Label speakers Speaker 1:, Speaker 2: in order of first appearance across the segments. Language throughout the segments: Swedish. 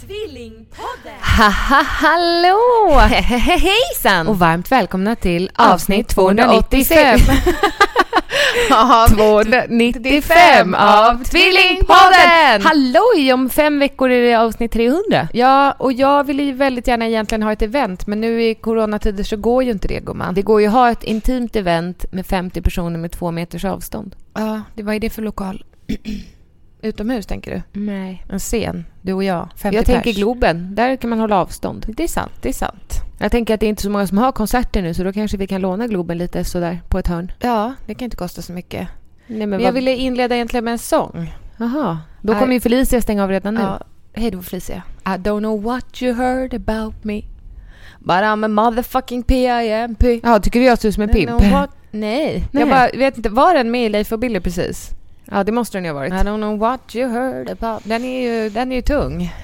Speaker 1: Tvillingpodden!
Speaker 2: Haha, hallå!
Speaker 3: Hejsan!
Speaker 2: Och varmt välkomna till
Speaker 3: Avsnitt
Speaker 2: avsnitt 295. 295 av Tvillingpodden! Halloj! Om fem veckor är det avsnitt 300. Ja, och jag vill ju väldigt gärna egentligen ha ett event, men nu i coronatider så går ju inte det gumman. Det går ju att ha ett intimt event med 50 personer med två meters avstånd.
Speaker 3: Ja, det var ju det för lokal. Utomhus tänker du?
Speaker 2: Nej.
Speaker 3: En scen, du och jag, 50
Speaker 2: Jag tänker
Speaker 3: pers.
Speaker 2: Globen, där kan man hålla avstånd.
Speaker 3: Det är sant, det är sant.
Speaker 2: Jag tänker att det är inte så många som har konserter nu så då kanske vi kan låna Globen lite sådär på ett hörn.
Speaker 3: Ja, det kan inte kosta så mycket.
Speaker 2: Nej,
Speaker 3: Men jag
Speaker 2: vad-
Speaker 3: ville inleda egentligen med en sång.
Speaker 2: Jaha, då
Speaker 3: Nej.
Speaker 2: kommer ju Felicia stänga av redan nu.
Speaker 3: Ja. Hej då Felicia. I don't know what you heard about me But I'm a motherfucking pimp
Speaker 2: Jaha, tycker du jag ser ut som en pimp?
Speaker 3: Nej.
Speaker 2: Nej.
Speaker 3: jag bara vet inte, var den med i Leif och Billy precis?
Speaker 2: Ja, det måste den ju ha
Speaker 3: I
Speaker 2: varit.
Speaker 3: don't know what you heard about Den är ju, den är ju tung.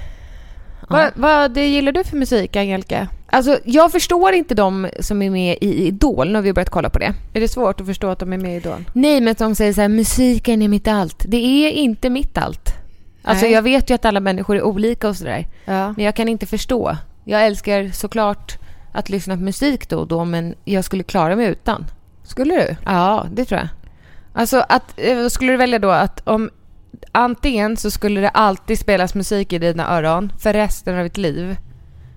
Speaker 3: Vad, vad gillar du för musik, Angelica?
Speaker 2: Alltså, jag förstår inte de som är med i Idol, nu har vi börjat kolla på det.
Speaker 3: Är det svårt att förstå att de är med i Idol?
Speaker 2: Nej, men som säger så här, musiken är mitt allt. Det är inte mitt allt. Alltså,
Speaker 3: Nej.
Speaker 2: jag vet ju att alla människor är olika och sådär.
Speaker 3: Ja.
Speaker 2: Men jag kan inte förstå. Jag älskar såklart att lyssna på musik då och då, men jag skulle klara mig utan.
Speaker 3: Skulle du?
Speaker 2: Ja, det tror jag.
Speaker 3: Alltså, att, eh, skulle du välja då att om antingen så skulle det alltid spelas musik i dina öron för resten av ditt liv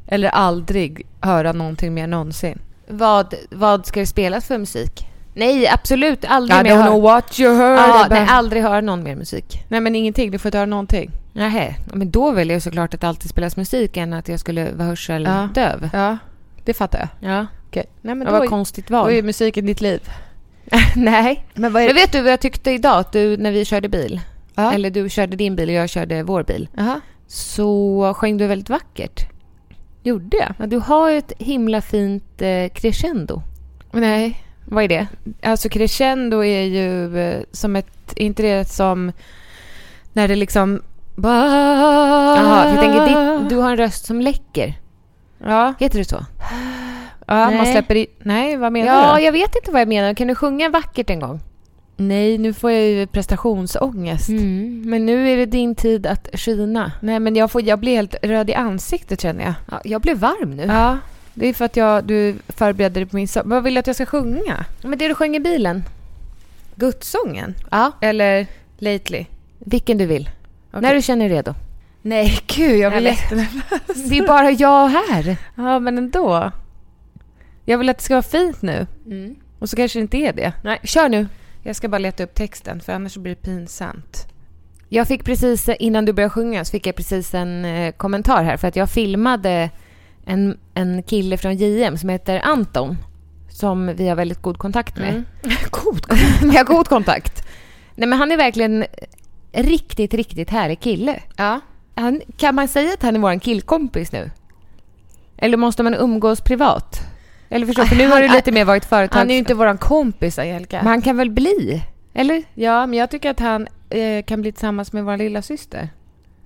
Speaker 3: eller aldrig höra någonting mer någonsin?
Speaker 2: Vad, vad ska det spelas för musik? Nej, absolut aldrig
Speaker 3: I
Speaker 2: mer.
Speaker 3: don't know
Speaker 2: hör-
Speaker 3: what you heard
Speaker 2: Ja,
Speaker 3: about.
Speaker 2: nej,
Speaker 3: Nej,
Speaker 2: aldrig höra någon mer musik.
Speaker 3: men ingenting, du får inte höra någonting.
Speaker 2: Nähä, men då väljer jag såklart att alltid spelas musik än att jag skulle vara
Speaker 3: Ja.
Speaker 2: hörseldöv.
Speaker 3: Ja, det fattar jag.
Speaker 2: Ja.
Speaker 3: Okej. Nej, men
Speaker 2: Ja,
Speaker 3: då,
Speaker 2: vad
Speaker 3: är,
Speaker 2: konstigt
Speaker 3: då
Speaker 2: val.
Speaker 3: är musiken ditt liv.
Speaker 2: Nej.
Speaker 3: Men vad
Speaker 2: Men vet du vad jag tyckte idag? Att du, när vi körde bil,
Speaker 3: Ja.
Speaker 2: eller du körde din bil och jag körde vår bil,
Speaker 3: Aha.
Speaker 2: så sjöng du väldigt vackert.
Speaker 3: Gjorde jag?
Speaker 2: Ja, du har ett himla fint eh, crescendo.
Speaker 3: Nej.
Speaker 2: Vad är det?
Speaker 3: Alltså crescendo är ju eh, som ett, är inte det som när det liksom
Speaker 2: Jaha, för
Speaker 3: Jaha,
Speaker 2: jag tänker ditt, du har en röst som läcker.
Speaker 3: Ja,
Speaker 2: Heter det så?
Speaker 3: ja man
Speaker 2: Nej.
Speaker 3: släpper i... Nej, vad menar
Speaker 2: ja,
Speaker 3: du?
Speaker 2: jag vet inte vad jag menar. Kan du sjunga vackert en gång?
Speaker 3: Nej, nu får jag ju prestationsångest.
Speaker 2: Men nu är det din tid att skina.
Speaker 3: Nej, men jag, får, jag blir helt röd i ansiktet känner jag.
Speaker 2: Ja, jag blev varm nu.
Speaker 3: Ja, det är för att jag, du förbereder dig på min sång. Vad vill du att jag ska sjunga?
Speaker 2: Men det du sjöng i bilen?
Speaker 3: Gudssången?
Speaker 2: Ja.
Speaker 3: Eller Lately?
Speaker 2: Vilken du vill. När du känner dig redo.
Speaker 3: Nej, gud, jag blir
Speaker 2: Nej,
Speaker 3: jättenervös.
Speaker 2: Det är bara jag här.
Speaker 3: Ja, men ändå. Jag vill att det ska vara fint nu. Och så kanske det inte är det.
Speaker 2: Mm. Nej, kör nu.
Speaker 3: Jag ska bara leta upp texten, för annars så blir det pinsamt.
Speaker 2: Jag fick precis, innan du började sjunga, så fick jag precis en eh, kommentar här. För att jag filmade en, en kille från JM som heter Anton. Som vi har väldigt god kontakt med.
Speaker 3: Mm. God
Speaker 2: vi har god kontakt. Nej, men han är verkligen en riktigt, riktigt härlig kille.
Speaker 3: Ja.
Speaker 2: Han, kan man säga att han är vår killkompis nu? Eller måste man umgås privat? Eller förstår, för nu har det
Speaker 3: Han-
Speaker 2: lite mer varit företags...
Speaker 3: Han är ju inte våran kompis, Angelica.
Speaker 2: Men han kan väl bli? Eller?
Speaker 3: Ja, men jag tycker att han eh, kan bli tillsammans med vår lilla syster.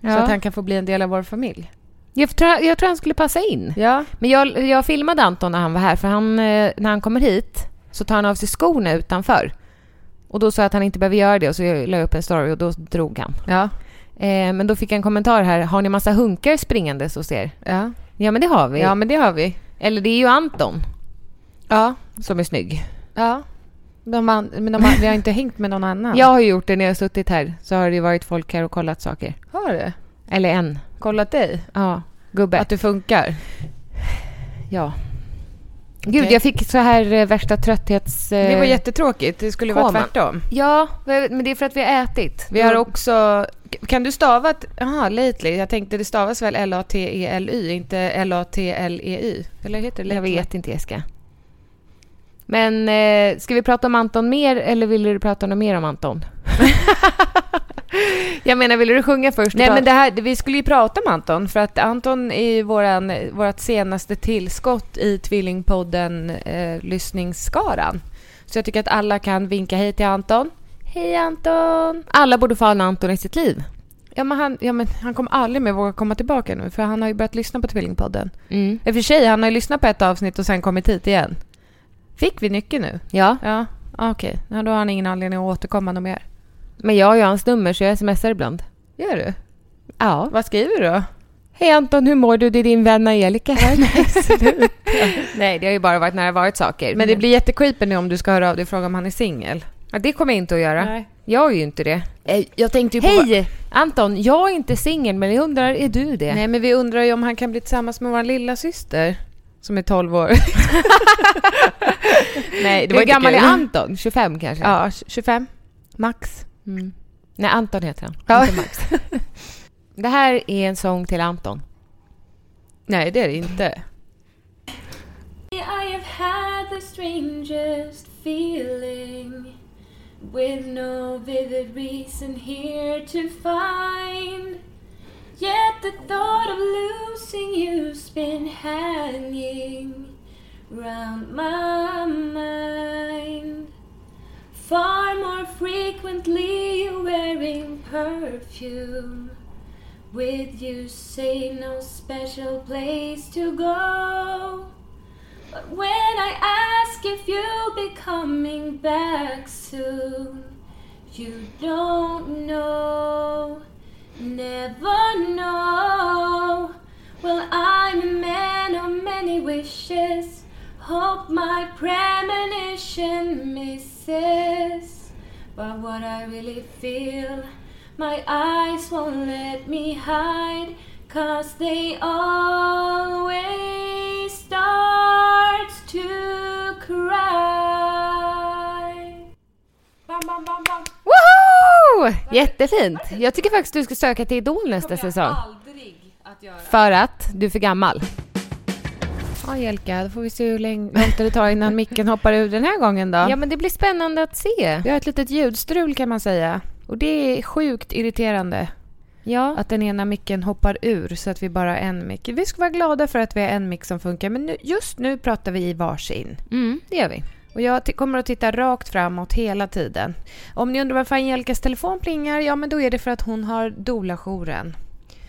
Speaker 3: Så att han kan få bli en del av vår familj.
Speaker 2: Jag, tror, jag tror han skulle passa in.
Speaker 3: Ja.
Speaker 2: Men jag, jag filmade Anton när han var här, för han, eh, när han kommer hit så tar han av sig skorna utanför. Och då sa jag att han inte behöver göra det och så la jag upp en story och då drog han.
Speaker 3: ja. Eh, men då fick jag en kommentar här. Har ni massa hunkar springandes hos er?
Speaker 2: Ja.
Speaker 3: Ja, men det har vi.
Speaker 2: ja, men det har vi.
Speaker 3: Eller det är ju Anton
Speaker 2: Ja,
Speaker 3: som är snygg.
Speaker 2: ja. De, an- men de, an- vi har inte hängt med någon annan.
Speaker 3: Jag har ju gjort det när jag har suttit här. Så har det ju varit folk här och kollat saker.
Speaker 2: Har du?
Speaker 3: Eller en.
Speaker 2: Kollat dig?
Speaker 3: Ja, gubbe.
Speaker 2: Att du funkar?
Speaker 3: Ja. Gud,
Speaker 2: Okej.
Speaker 3: jag fick så här eh, värsta trötthets... eh,
Speaker 2: Det var jättetråkigt. Det skulle vara
Speaker 3: koma.
Speaker 2: tvärtom.
Speaker 3: Ja, men det är för att vi har ätit.
Speaker 2: Vi har också... Kan du stava... att- Jaha, lately. Jag tänkte det stavas väl L-A-T-E-L-Y, E inte L-A-T-L-E-Y? E Eller heter det
Speaker 3: Jag vet inte, Jessica. Men eh, ska vi prata om Anton mer eller vill du prata något mer om Anton? jag menar, ville du sjunga först? och
Speaker 2: Nej,
Speaker 3: prata-
Speaker 2: men det här, vi skulle ju prata om Anton, för att Anton är ju våran, vårt senaste tillskott i Tvillingpodden-lyssningsskaran. Så jag tycker att alla kan vinka hej till Anton. Hej Anton!
Speaker 3: Alla borde få ha en Anton i sitt liv.
Speaker 2: Ja men, han, ja, men han kommer aldrig mer våga komma tillbaka nu, för han har ju börjat lyssna på Tvillingpodden.
Speaker 3: Mm.
Speaker 2: I och för sig, han har ju lyssnat på ett avsnitt och sen kommit hit igen. Fick vi nyckeln nu?
Speaker 3: Ja,
Speaker 2: Ja, ah, okej. Ja, då har han ingen anledning att återkomma något mer.
Speaker 3: men jag har ju hans nummer så jag smsar ibland.
Speaker 2: Gör du?
Speaker 3: Ja.
Speaker 2: Vad skriver du då?
Speaker 3: Hej Anton, hur mår du? Det är din vän Angelica här. Nej, det har ju bara varit när det har varit saker.
Speaker 2: Men det blir jättecreepy nu om du ska höra av dig och fråga om han är singel.
Speaker 3: ja, det kommer jag inte att göra.
Speaker 2: Nej.
Speaker 3: Jag är ju inte det.
Speaker 2: Eh, Jag tänkte
Speaker 3: Hej! Anton, jag är inte singel men jag undrar, är du det?
Speaker 2: Nej, men vi undrar ju om han kan bli tillsammans med vår lilla syster som är 12 år. Nej,
Speaker 3: Hur
Speaker 2: inte
Speaker 3: gammal
Speaker 2: kul.
Speaker 3: är Anton? 25 kanske?
Speaker 2: Ja, 25. Max.
Speaker 3: Mm. Nej, Anton heter han.
Speaker 2: Ja.
Speaker 3: Inte Max. Det här är en sång till Anton.
Speaker 2: Nej, det är det inte.
Speaker 1: I have had the strangest feeling with no vivid reason here to find. Yet the thought of losing you's been hanging round my mind. Far more frequently you're wearing perfume. With you say no special place to go. But when I ask if you'll be coming back soon, you don't know, never know. Well, I'm a man of many wishes. Hope my premonition misses. But what I really feel, my eyes won't let me hide, cause they always start to cry. Bam, bam, bam, bam.
Speaker 3: Woho! Jättefint! Jag tycker faktiskt du ska söka till Idol nästa
Speaker 1: kommer jag
Speaker 3: säsong.
Speaker 1: aldrig att göra.
Speaker 3: För att du är för gammal.
Speaker 2: Ja, Jelka, då får vi se hur länge långt det tar innan micken hoppar ur den här gången då.
Speaker 3: Ja. men det blir spännande att se.
Speaker 2: Vi har ett litet ljudstrul kan man säga. Och det är sjukt irriterande
Speaker 3: Ja.
Speaker 2: att den ena micken hoppar ur så att vi bara har en mick. Vi ska vara glada för att vi har en mick som funkar, men nu, just nu pratar vi i varsin.
Speaker 3: Mm, det gör vi.
Speaker 2: Och jag t- kommer att titta rakt framåt hela tiden. Om ni undrar varför Angelicas telefon plingar, ja men då är det för att hon har doula-jouren.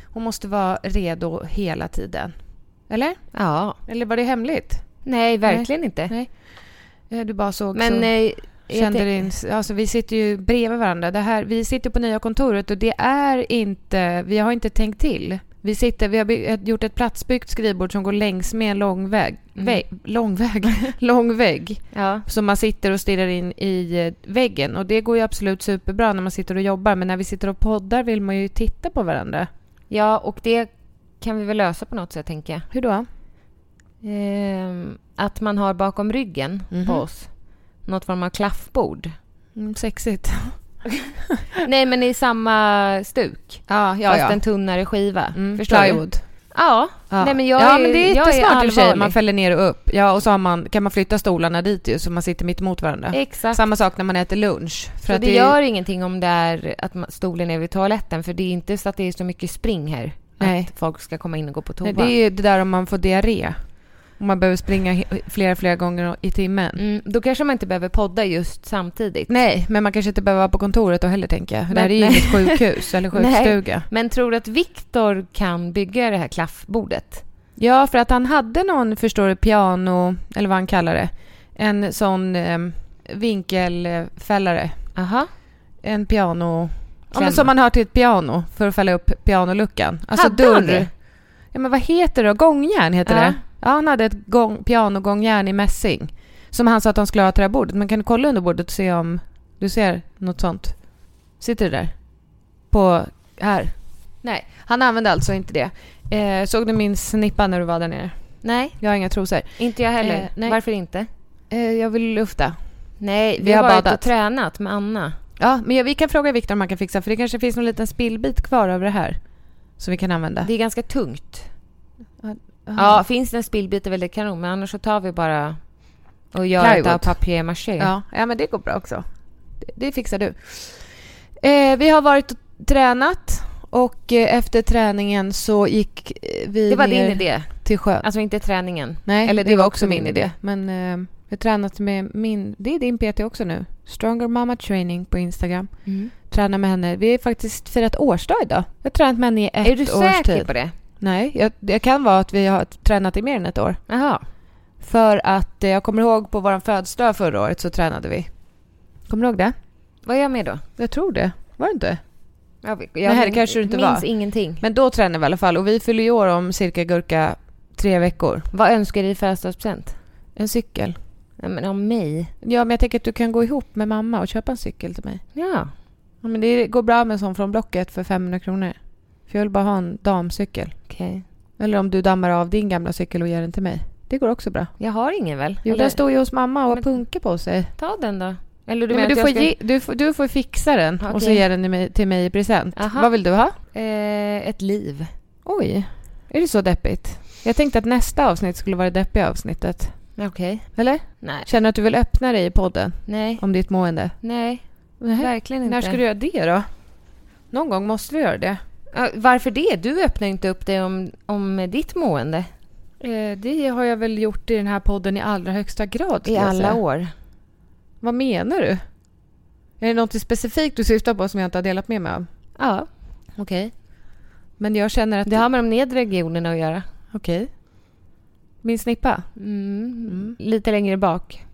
Speaker 2: Hon måste vara redo hela tiden. Eller?
Speaker 3: Ja.
Speaker 2: Eller var det hemligt?
Speaker 3: Nej, verkligen inte.
Speaker 2: Nej. Eh, Du bara såg
Speaker 3: Men...
Speaker 2: så
Speaker 3: eh, jag
Speaker 2: kände
Speaker 3: tänk-
Speaker 2: din... Alltså vi sitter ju bredvid varandra. Det här, vi sitter på nya kontoret och det är inte... Vi har inte tänkt till. Vi, sitter, vi har by- ett- gjort ett platsbyggt skrivbord som går längs med en lång väg.
Speaker 3: Mm.
Speaker 2: väg lång väg? lång vägg.
Speaker 3: Ja.
Speaker 2: som man sitter och stirrar in i eh, väggen. Och det går ju absolut superbra när man sitter och jobbar, men när vi sitter och poddar vill man ju titta på varandra.
Speaker 3: ja, och det kan vi väl lösa på något sätt, tänker jag.
Speaker 2: Hur då?
Speaker 3: Ehm, att man har bakom ryggen
Speaker 2: Mhm.
Speaker 3: på oss något form av klaffbord.
Speaker 2: Mm, sexigt.
Speaker 3: Nej, men i samma stuk.
Speaker 2: Ja,
Speaker 3: fast en tunnare skiva.
Speaker 2: Mm,
Speaker 3: Förstår du?
Speaker 2: plywood.
Speaker 3: Ja.
Speaker 2: Ja.
Speaker 3: Nej, men jag
Speaker 2: ja,
Speaker 3: är,
Speaker 2: men det är
Speaker 3: jag är
Speaker 2: jättesmart i och för sig.
Speaker 3: allvarlig.
Speaker 2: Man fäller ner och upp. Ja, och så har man, kan man flytta stolarna dit ju, så man sitter mitt emot varandra.
Speaker 3: Exakt.
Speaker 2: Samma sak när man äter lunch. För
Speaker 3: så
Speaker 2: att
Speaker 3: det gör ingenting om det är att man- stolen är vid toaletten, för det är inte så att det är så mycket spring här.
Speaker 2: Nej.
Speaker 3: Att folk ska komma in och gå på toa.
Speaker 2: Nej, det är ju det där om man får diarré. Om man behöver springa he- flera, flera gånger i timmen.
Speaker 3: mm, då kanske man inte behöver podda just samtidigt.
Speaker 2: Nej, men man kanske inte behöver vara på kontoret då heller, tänker jag. det
Speaker 3: Men-
Speaker 2: här är ju
Speaker 3: nej.
Speaker 2: inget sjukhus eller
Speaker 3: Nej.
Speaker 2: sjukstuga.
Speaker 3: Men tror du att Viktor kan bygga det här klaffbordet?
Speaker 2: Ja, för att han hade någon, förstår du, piano, eller vad han kallar det, en sån eh, vinkelfällare.
Speaker 3: Aha.
Speaker 2: En piano... Ja, men som man har till ett piano för att fälla upp pianoluckan. Alltså
Speaker 3: Hade han
Speaker 2: dörr.
Speaker 3: det?
Speaker 2: Ja, men vad heter det då? Gångjärn heter
Speaker 3: Ja.
Speaker 2: det. Ja, han hade ett gång, pianogångjärn i mässing. Som han sa att de skulle ha till det här bordet. Men kan du kolla under bordet och se om du ser något sånt? Sitter det där? På... Här? Nej, han använde alltså inte det. Eh, såg du min snippa när du var där nere?
Speaker 3: Nej,
Speaker 2: Jag har inga trosor.
Speaker 3: inte jag heller.
Speaker 2: Eh, nej.
Speaker 3: Varför inte?
Speaker 2: Eh, jag vill lufta.
Speaker 3: Nej, vi,
Speaker 2: Vi
Speaker 3: har
Speaker 2: har
Speaker 3: varit
Speaker 2: badat.
Speaker 3: och tränat med Anna.
Speaker 2: Ja, men jag- vi kan fråga Viktor om han kan fixa för det kanske finns någon liten spillbit kvar över det här. Som vi kan använda.
Speaker 3: Det ah. är ganska tungt.
Speaker 2: Jaha.
Speaker 3: Ja, finns det en spillbit är väl det kanon, men annars så tar vi bara och gör
Speaker 2: Plywood.
Speaker 3: ett av papier-maché.
Speaker 2: Ja, ja men det går bra också. Det, det fixar du. Eh, vi har varit och tränat och eh, efter träningen så gick eh, vi
Speaker 3: Det var
Speaker 2: ner
Speaker 3: din idé.
Speaker 2: till sjön.
Speaker 3: Alltså inte träningen.
Speaker 2: Nej,
Speaker 3: eller
Speaker 2: det, var också min idé. Men eh, jag har tränat med min, det är din PT också nu. Stronger Mama Training på Instagram.
Speaker 3: Mm.
Speaker 2: Tränar med henne. Vi har faktiskt firat årsdag idag. Jag har tränat med henne i ett
Speaker 3: Är du
Speaker 2: års
Speaker 3: säker
Speaker 2: tid.
Speaker 3: på det?
Speaker 2: Nej, jag, det kan vara att vi har tränat i mer än ett år.
Speaker 3: Jaha.
Speaker 2: För att eh, jag kommer ihåg på vår födelsedag förra året så tränade vi. Kommer du ihåg det?
Speaker 3: Var jag med då?
Speaker 2: Jag tror det. Var det inte?
Speaker 3: Jag,
Speaker 2: Nej, det kanske du inte
Speaker 3: minns
Speaker 2: var.
Speaker 3: ingenting.
Speaker 2: Men då tränade vi i alla fall och vi fyller ju år om cirka gurka tre veckor.
Speaker 3: Vad önskar du i födelsedagspresent?
Speaker 2: En cykel.
Speaker 3: Nej, men om mig?
Speaker 2: Ja, men jag tänker att du kan gå ihop med mamma och köpa en cykel till mig.
Speaker 3: Ja.
Speaker 2: Ja, men det går bra med en sån från Blocket för 500 kronor. För jag vill bara ha en damcykel.
Speaker 3: Okej.
Speaker 2: Eller om du dammar av din gamla cykel och ger den till mig. Det går också bra.
Speaker 3: Jag har ingen väl?
Speaker 2: Jo,
Speaker 3: Eller-
Speaker 2: den står ju hos mamma och har
Speaker 3: Men-
Speaker 2: punka på sig.
Speaker 3: Ta den då. Eller
Speaker 2: Du,
Speaker 3: du
Speaker 2: men
Speaker 3: menar
Speaker 2: du,
Speaker 3: att
Speaker 2: får
Speaker 3: jag ska...
Speaker 2: ge, du, får, du får fixa den och så
Speaker 3: Okej.
Speaker 2: ge den till mig, till mig i present.
Speaker 3: Aha.
Speaker 2: Vad vill du ha?
Speaker 3: Eh, ett liv.
Speaker 2: Oj, är det så deppigt? Jag tänkte att nästa avsnitt skulle vara det deppiga avsnittet.
Speaker 3: Okej.
Speaker 2: Eller?
Speaker 3: Nej.
Speaker 2: Känner du att du vill öppna dig i podden
Speaker 3: Nej.
Speaker 2: om ditt mående?
Speaker 3: Nej. Verkligen inte.
Speaker 2: När ska du göra det då? Någon gång måste vi göra det.
Speaker 3: Ja, Varför det? Du öppnar inte upp dig om, om ditt mående
Speaker 2: Eh, det har jag väl gjort i den här podden i allra högsta grad.
Speaker 3: i
Speaker 2: skulle jag
Speaker 3: alla
Speaker 2: säga.
Speaker 3: år.
Speaker 2: Vad menar du? Är det något specifikt du syftar på som jag inte har delat med mig av?
Speaker 3: Ja, okej.
Speaker 2: Men jag känner att...
Speaker 3: Det har med de nedre regionerna att göra.
Speaker 2: Okej. Min snippa?
Speaker 3: Mm. Lite längre bak.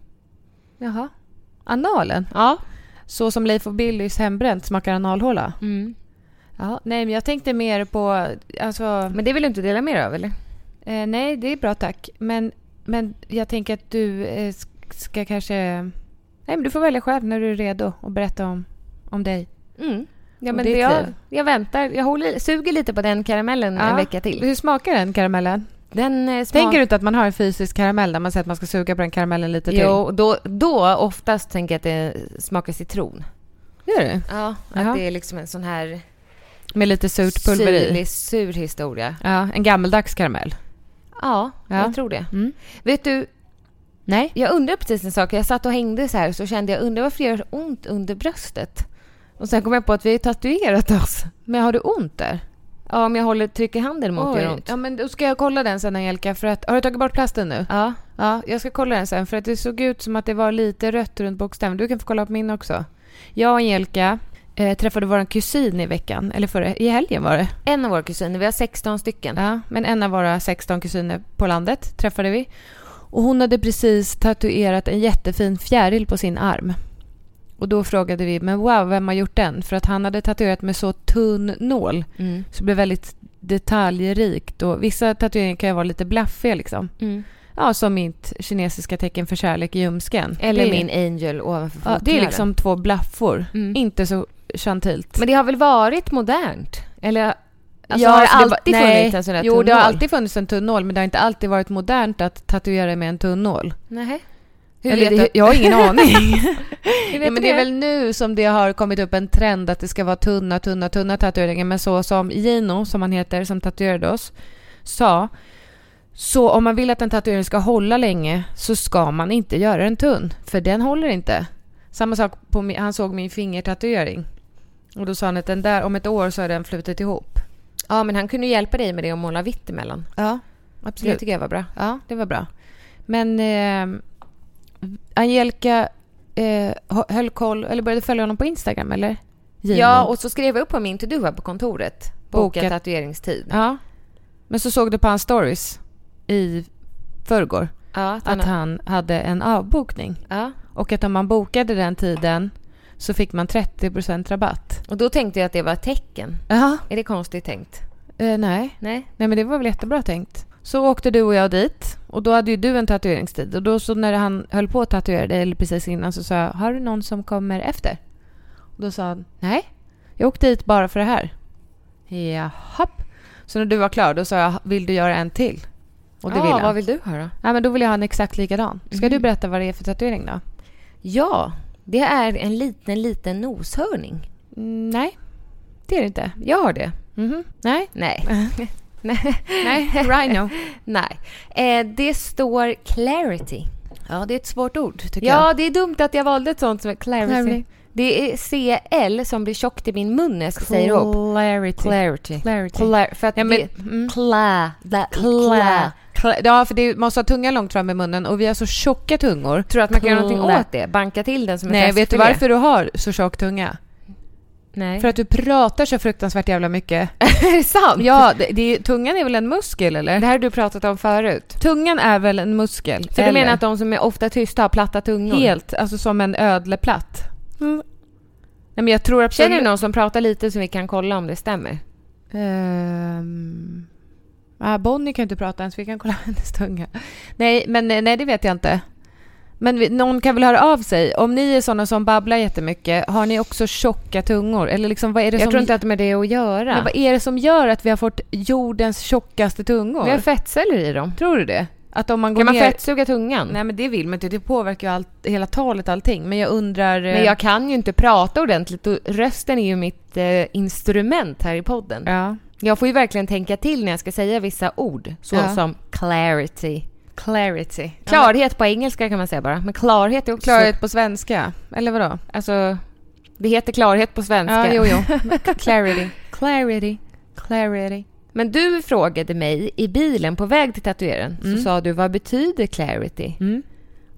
Speaker 2: Jaha. Analen?
Speaker 3: Ja.
Speaker 2: Så som Leif och Billys hembränt smakar analhåla?
Speaker 3: Mm.
Speaker 2: Ja, nej, men jag tänkte mer på... Alltså,
Speaker 3: Men det vill du inte dela mer av, eller?
Speaker 2: eh, nej, det är bra tack. Men, men jag tänker att du eh, sk- ska kanske... Nej, men du får välja själv när du är redo och berätta om, om dig.
Speaker 3: Mm. Ja,
Speaker 2: Och
Speaker 3: men
Speaker 2: ditt
Speaker 3: jag,
Speaker 2: liv.
Speaker 3: jag väntar. Jag håller, suger lite på den karamellen en
Speaker 2: Ja.
Speaker 3: vecka till.
Speaker 2: Hur smakar den karamellen?
Speaker 3: Den eh, smak...
Speaker 2: Tänker du inte att man har en fysisk karamell där man säger att man ska suga på den karamellen lite till?
Speaker 3: Jo, då, då oftast tänker jag att det smakar citron.
Speaker 2: Gör du?
Speaker 3: Ja,
Speaker 2: Jaha.
Speaker 3: att det är liksom en sån här
Speaker 2: Med lite surt pulver i?
Speaker 3: syrlig, sur historia.
Speaker 2: Ja, en gammeldags karamell.
Speaker 3: Ja,
Speaker 2: Ja.
Speaker 3: jag tror det.
Speaker 2: Mm.
Speaker 3: Vet du,
Speaker 2: Nej.
Speaker 3: jag undrar precis en sak. Jag satt och hängde så här så kände jag, undrar varför det gör så ont under bröstet? Och sen kom jag på att vi har ju tatuerat oss.
Speaker 2: Men har du ont där?
Speaker 3: Ja, om jag håller, trycker handen mot gör ont.
Speaker 2: Ja, men då ska jag kolla den sen Angelica. För att, har du tagit bort plasten nu?
Speaker 3: Ja.
Speaker 2: Ja, jag ska kolla den sen för att det såg ut som att det var lite rött runt bokstäverna. Du kan få kolla på min också. Jag och Angelica eh, träffade vår kusin i veckan, eller förra, i helgen var det.
Speaker 3: En av våra kusiner, vi har 16 stycken.
Speaker 2: Ja, men en av våra 16 kusiner på landet träffade vi. Och hon hade precis tatuerat en jättefin fjäril på sin arm. Och då frågade vi, men wow, vem har gjort den? För att han hade tatuerat med så tunn nål.
Speaker 3: Mm.
Speaker 2: Så det blev väldigt detaljrikt och vissa tatueringar kan ju vara lite blaffiga liksom.
Speaker 3: Mm.
Speaker 2: Ja, som mitt kinesiska tecken för kärlek i ljumsken.
Speaker 3: Eller
Speaker 2: det, är-
Speaker 3: min angel ovanför
Speaker 2: ja, Det är
Speaker 3: fotknölen.
Speaker 2: liksom två blaffor.
Speaker 3: Mm.
Speaker 2: Inte så chantilt.
Speaker 3: Men det har väl varit modernt? Eller? Alltså,
Speaker 2: Ja,
Speaker 3: har det
Speaker 2: så var-
Speaker 3: alltid
Speaker 2: nej.
Speaker 3: funnits en sån där
Speaker 2: Jo, det har
Speaker 3: tunnål?
Speaker 2: alltid funnits en tunnål, men det har inte alltid varit modernt att tatuera med en tunnål.
Speaker 3: Nej.
Speaker 2: Eller, det- Jag har ingen aning.
Speaker 3: Hur vet
Speaker 2: ja,
Speaker 3: du
Speaker 2: men det är väl nu som det har kommit upp en trend att det ska vara tunna, tunna, tunna tatueringar. Men så som Gino, som han heter, som tatuerade oss, sa. Så om man vill att en tatuering ska hålla länge så ska man inte göra den tunn. För den håller inte. Samma sak, på min, han såg min fingertatuering. Och då sa han att den där, om ett år så har den flutit ihop.
Speaker 3: Ja, men han kunde ju hjälpa dig med det och måla vitt emellan.
Speaker 2: Ja,
Speaker 3: Det tycker jag var bra.
Speaker 2: Ja, det var bra. Men eh, Angelica eh, hö- höll koll, eller började följa honom på Instagram eller? Gino.
Speaker 3: Ja, och så skrev jag upp på min to-do här på kontoret. Boka
Speaker 2: Boka-
Speaker 3: tatueringstid.
Speaker 2: ja. Men så såg du på hans stories i förrgår
Speaker 3: Ja, att han-
Speaker 2: att han hade en avbokning.
Speaker 3: ja.
Speaker 2: Och att om man bokade den tiden så fick man 30% rabatt.
Speaker 3: Och då tänkte jag att det var ett tecken.
Speaker 2: Ja,
Speaker 3: Är det konstigt tänkt?
Speaker 2: eh, nej.
Speaker 3: Nej.
Speaker 2: Nej men det var väl jättebra tänkt. Så åkte du och jag dit och då hade ju du en tatueringstid och då så när han höll på att tatuera dig eller precis innan så sa jag har du någon som kommer efter? Och då sa han nej, jag åkte dit bara för det här. Jaha. Så när du var klar då sa jag vill du göra en till? Och det
Speaker 3: ja,
Speaker 2: ville han.
Speaker 3: vad vill du höra?
Speaker 2: Nej men då vill jag ha en exakt likadan. Ska du berätta vad det är för tatuering då?
Speaker 3: Ja, det är en liten, liten noshörning.
Speaker 2: Mm, nej, det är det inte.
Speaker 3: Jag har det.
Speaker 2: Mhm. Nej,
Speaker 3: Nej.
Speaker 2: nej, rhino.
Speaker 3: Nej. Eh, det står clarity.
Speaker 2: Ja det är ett svårt ord tycker
Speaker 3: Ja, det är dumt att jag valde ett sånt som är clarity.
Speaker 2: Clarity.
Speaker 3: Det är CL som blir tjockt i min mun när jag ska säga det upp.
Speaker 2: Clarity.
Speaker 3: Clarity.
Speaker 2: Clarity.
Speaker 3: Cla- för att
Speaker 2: Ja, men-
Speaker 3: det... mm. Cla, cla,
Speaker 2: Klä. Klä. Ja, för det måste ha tungan långt fram i munnen och vi har så tjocka tungor.
Speaker 3: Tror du att man kan göra någonting
Speaker 2: Cla.
Speaker 3: åt det? Banka till den som en
Speaker 2: Nej, vet du
Speaker 3: fläskfilé?
Speaker 2: varför du har så tjock tunga?
Speaker 3: Nej.
Speaker 2: För att du pratar så fruktansvärt jävla mycket.
Speaker 3: är det sant?
Speaker 2: Ja, det, det, är- tungan är väl en muskel eller?
Speaker 3: Det här har du pratat om förut.
Speaker 2: Tungan är väl en muskel?
Speaker 3: Så du
Speaker 2: eller?
Speaker 3: menar att de som är ofta tysta har platta tungor?
Speaker 2: Helt, alltså som en ödleplatt. Mm. Nej men jag tror absolut...
Speaker 3: Känner du någon som pratar lite så vi kan kolla om det stämmer?
Speaker 2: Ehm, ah, Bonnie kan ju inte prata ens, vi kan kolla hennes tunga. Nej, men eh, nej, det vet jag inte. Men vi, någon kan väl höra av sig. Om ni är sådana som babblar jättemycket, har ni också tjocka tungor? Eller liksom, vad är det
Speaker 3: Jag
Speaker 2: som...
Speaker 3: tror inte att de är det att göra.
Speaker 2: men vad är det som gör att vi har fått jordens tjockaste tungor?
Speaker 3: vi har fettceller i dem.
Speaker 2: Tror du det? Att om man går
Speaker 3: Kan man
Speaker 2: ner...
Speaker 3: fettsuga tungan?
Speaker 2: Nej men det vill man inte, det påverkar ju allt, hela talet allting. Men jag undrar... eh,
Speaker 3: Men jag kan ju inte prata ordentligt och rösten är ju mitt eh, instrument här i podden.
Speaker 2: Ja.
Speaker 3: Jag får ju verligen tänka till när jag ska säga vissa ord,
Speaker 2: Ja.
Speaker 3: såsom clarity.
Speaker 2: Clarity.
Speaker 3: Klarhet på engelska kan man säga bara, men klarhet är också...
Speaker 2: Klarhet på svenska, eller vadå?
Speaker 3: Alltså, det heter klarhet på svenska.
Speaker 2: Ja, jo, jo.
Speaker 3: clarity.
Speaker 2: Clarity. Clarity.
Speaker 3: Men du frågade mig i bilen på väg till tatueraren,
Speaker 2: Mm.
Speaker 3: så sa du vad betyder clarity?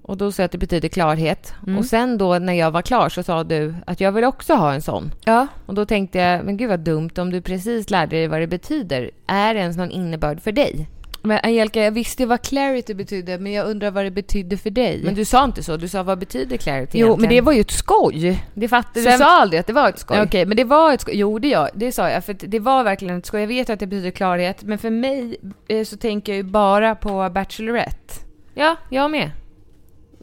Speaker 3: Och då sa jag att det betyder klarhet.
Speaker 2: Mm.
Speaker 3: Och sen då när jag var klar så sa du att jag vill också ha en sån.
Speaker 2: Ja.
Speaker 3: Och då tänkte jag, men gud vad dumt om du precis lärde dig vad det betyder. Är det ens någon innebörd för dig?
Speaker 2: Men Angelica, jag visste vad clarity betydde, men jag undrar vad det betydde för dig.
Speaker 3: Men du sa inte så, du sa vad betyder clarity
Speaker 2: jo, men det
Speaker 3: egentligen?"
Speaker 2: var ju ett skoj.
Speaker 3: Det fattade du.
Speaker 2: Sen-
Speaker 3: sa aldrig att det var ett skoj.
Speaker 2: Okej, men det var ett skoj. Jo, det, jag, det sa jag, för att det var verkligen ett skoj. Jag vet att det betyder klarhet, men för mig eh, så tänker jag ju bara på Bachelorette.
Speaker 3: Ja, jag med.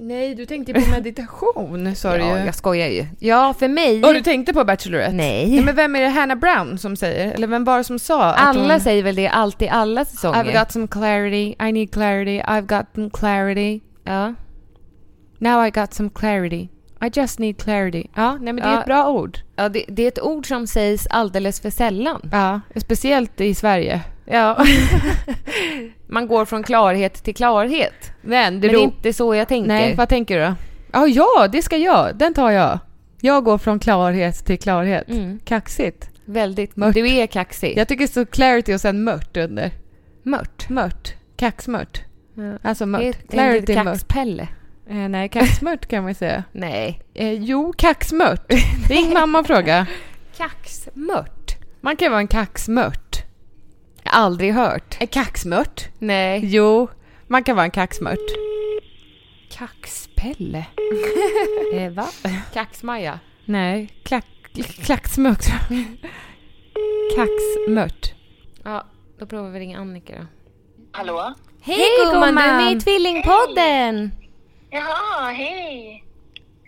Speaker 2: Nej, du tänkte på meditation, sa
Speaker 3: ja, jag skojar ju. Ja, för mig...
Speaker 2: Och du tänkte på Bachelorette?
Speaker 3: Mm. Nej.
Speaker 2: Nej, men vem är det Hannah Brown som säger? Eller vem var det som sa? att
Speaker 3: alla
Speaker 2: hon-
Speaker 3: säger väl det alltid, i alla säsonger.
Speaker 2: I've got some clarity, I need clarity, I've got some clarity.
Speaker 3: Ja.
Speaker 2: Now I got some clarity. I just need clarity. Ja, nej men det är
Speaker 3: Ja.
Speaker 2: ett bra ord.
Speaker 3: Ja, det, det är ett ord som sägs alldeles för sällan.
Speaker 2: Ja, speciellt i Sverige.
Speaker 3: Ja. Man går från klarhet till klarhet.
Speaker 2: Men det,
Speaker 3: Men det är inte så jag tänker.
Speaker 2: Nej, vad tänker du då? Ja, ja, det ska jag. Den tar jag. Jag går från klarhet till klarhet.
Speaker 3: Mm.
Speaker 2: Kaxigt.
Speaker 3: Väldigt
Speaker 2: Mört.
Speaker 3: Du är kaxig.
Speaker 2: Jag tycker så clarity och sen mört under.
Speaker 3: Mört.
Speaker 2: Mört. Kaxmört.
Speaker 3: Ja.
Speaker 2: Alltså
Speaker 3: Det är
Speaker 2: mört.
Speaker 3: ett- det är
Speaker 2: Clarity
Speaker 3: ett
Speaker 2: mört.
Speaker 3: kaxpelle.
Speaker 2: Eh, nej, kaxmört kan man ju säga.
Speaker 3: Nej.
Speaker 2: Eh, jo, kaxmört. Ring mamma och fråga.
Speaker 3: Kaxmört.
Speaker 2: Man kan vara en kaxmört.
Speaker 3: Aldrig hört.
Speaker 2: En kaxmört?
Speaker 3: Nej.
Speaker 2: Jo, man kan vara en kaxmört.
Speaker 3: Kaxpelle. eh, va? Kaxmaja.
Speaker 2: Nej, klack, klacksmört. Kaxmört.
Speaker 3: Ja, då provar vi ringa Annika då.
Speaker 4: Hallå?
Speaker 3: Hej, gumman, du är med i Tvillingpodden!
Speaker 4: Jaha, hej!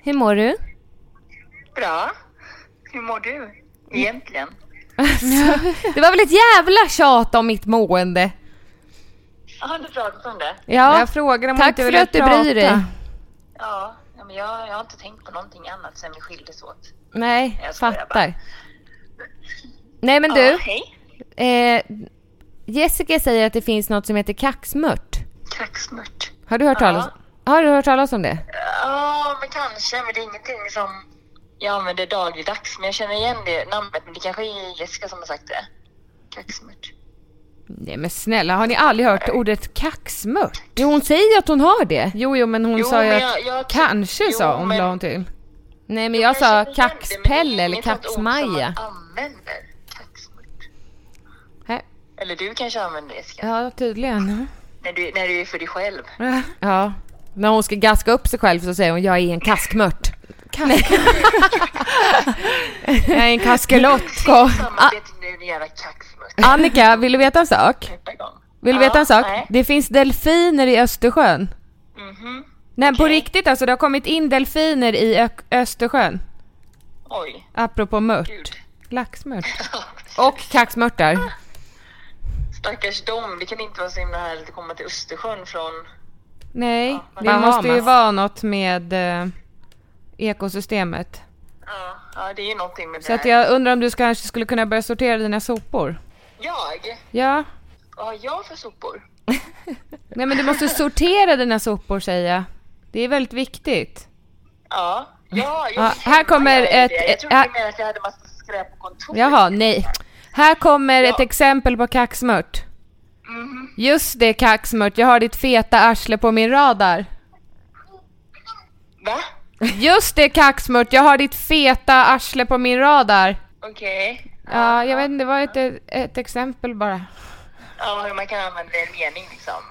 Speaker 3: Hur mår du?
Speaker 4: Bra. Hur mår du egentligen?
Speaker 3: Alltså, Det var väl ett jävla tjat om mitt mående?
Speaker 4: Har du pratat om det?
Speaker 3: Ja,
Speaker 2: Jag frågade om hon
Speaker 3: tack
Speaker 2: inte
Speaker 3: för
Speaker 2: ville
Speaker 3: att du bryr dig.
Speaker 2: prata.
Speaker 4: Ja, ja, men jag, jag har inte tänkt på någonting annat sen vi skildes åt.
Speaker 3: Nej,
Speaker 4: Jag skojar
Speaker 3: fattar. Nej men
Speaker 4: Ja,
Speaker 3: du,
Speaker 4: hej.
Speaker 3: eh, Jessica säger att det finns något som heter kaxmört.
Speaker 4: Kaxmört.
Speaker 3: Har du hört talas, har du hört talas om det?
Speaker 4: Ja, men kanske. Men det är ingenting som jag använder dagligdags. Men jag känner igen det namnet. Men det kanske är Jessica som har sagt det. Kaxmört.
Speaker 2: Nej men snälla, har ni aldrig hört ordet kaxmört?
Speaker 3: Jo, hon säger att hon har det.
Speaker 2: Jo, jo men hon
Speaker 4: Jo,
Speaker 2: sa ju
Speaker 4: men
Speaker 2: att
Speaker 4: jag- jag-
Speaker 2: kanske
Speaker 4: jo,
Speaker 2: sa hon,
Speaker 4: men-
Speaker 2: la hon till.
Speaker 3: Nej, men jag
Speaker 4: känner
Speaker 3: sa
Speaker 4: igen det, men det är
Speaker 3: Alltså, kaxpelle eller
Speaker 4: inget sånt ord som
Speaker 3: kaxmaja.
Speaker 4: man använder. Kaxmört.
Speaker 3: Nej.
Speaker 4: Eller du kanske använder det, Jessica.
Speaker 2: Ja, tydligen.
Speaker 4: När, du, när du är för dig själv.
Speaker 3: Ja, när hon ska gaska upp sig själv så säger hon jag är en kaskmört. Nej, en kaskelott.
Speaker 4: Samarbete nu, din jävla kaxmutt.
Speaker 3: Annika, vill du veta en sak?
Speaker 4: Nästa gång.
Speaker 3: Vill du
Speaker 4: Ja,
Speaker 3: veta en sak?
Speaker 4: nej.
Speaker 3: Det finns delfiner i Östersjön.
Speaker 4: Mhm.
Speaker 3: Nej, på
Speaker 4: Okej.
Speaker 3: riktigt alltså. Det har kommit in delfiner i Ö- Östersjön.
Speaker 4: Oj,
Speaker 3: Apropå mört.
Speaker 4: gud.
Speaker 3: Laxmört. Och kaxmörtar.
Speaker 4: Stackars dem, det kan inte vara så himla härligt att komma till Östersjön från...
Speaker 3: Nej, det
Speaker 4: Bahamas.
Speaker 3: måste ju vara något med eh, ekosystemet.
Speaker 4: Ja, ja det är ju någonting med
Speaker 3: Så
Speaker 4: det
Speaker 3: att jag undrar om du ska- kanske skulle kunna börja sortera dina sopor?
Speaker 4: Jag?
Speaker 3: Ja.
Speaker 4: Vad har jag för sopor?
Speaker 3: Nej men du måste sortera dina sopor säger jag. Det är väldigt viktigt.
Speaker 4: Ja. Ja, jag
Speaker 3: Ja, här kommer
Speaker 4: jag är
Speaker 3: ett-
Speaker 4: det. Jag trodde
Speaker 3: här-
Speaker 4: du menade att jag hade massa skräp på kontoret.
Speaker 3: Jaha, nej. Här kommer
Speaker 4: Ja.
Speaker 3: ett exempel på kaxmört. Just det kaxmört, jag har ditt feta arsle på min radar.
Speaker 4: Va?
Speaker 3: Just det kaxmört, jag har ditt feta arsle på min radar.
Speaker 4: Okej.
Speaker 3: Ja, jag vet inte, det var ett, ett exempel bara.
Speaker 4: Ja, hur man kan använda en mening liksom.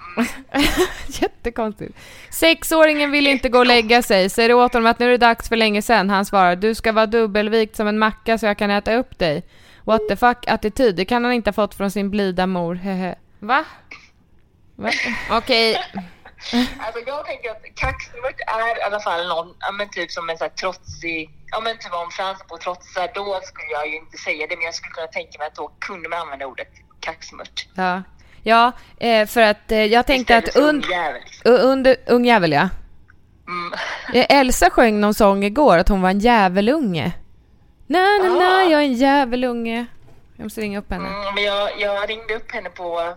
Speaker 3: Jättekonstigt. Sexåringen vill inte gå och lägga sig. Säger åt honom att nu är det dags för länge sen. Han svarar, du ska vara dubbelvikt som en macka så jag kan äta upp dig. What the fuck attityd, det kan han inte ha fått från sin blida mor, hehe. Va? Va? Okej,
Speaker 4: Alltså jag tänker att kaxmört är i alla fall någon, ja men typ som en sån här trotsig, ja men typ om Frans på trotsar, då skulle jag ju inte säga det men jag skulle kunna tänka mig att då kunde man använda ordet kaxmört.
Speaker 3: ja. Ja, eh, för att eh, jag tänkte
Speaker 4: Istället
Speaker 3: att
Speaker 4: för
Speaker 3: und-
Speaker 4: ungjävel, liksom.
Speaker 3: u- under... Ungjävel ja.
Speaker 4: Mm.
Speaker 3: Eh, Elsa sjöng någon sång igår att hon var en djävulunge. Na na na, jag är en djävulunge. Jag måste ringa upp henne.
Speaker 4: Mm, men jag, jag ringde upp henne på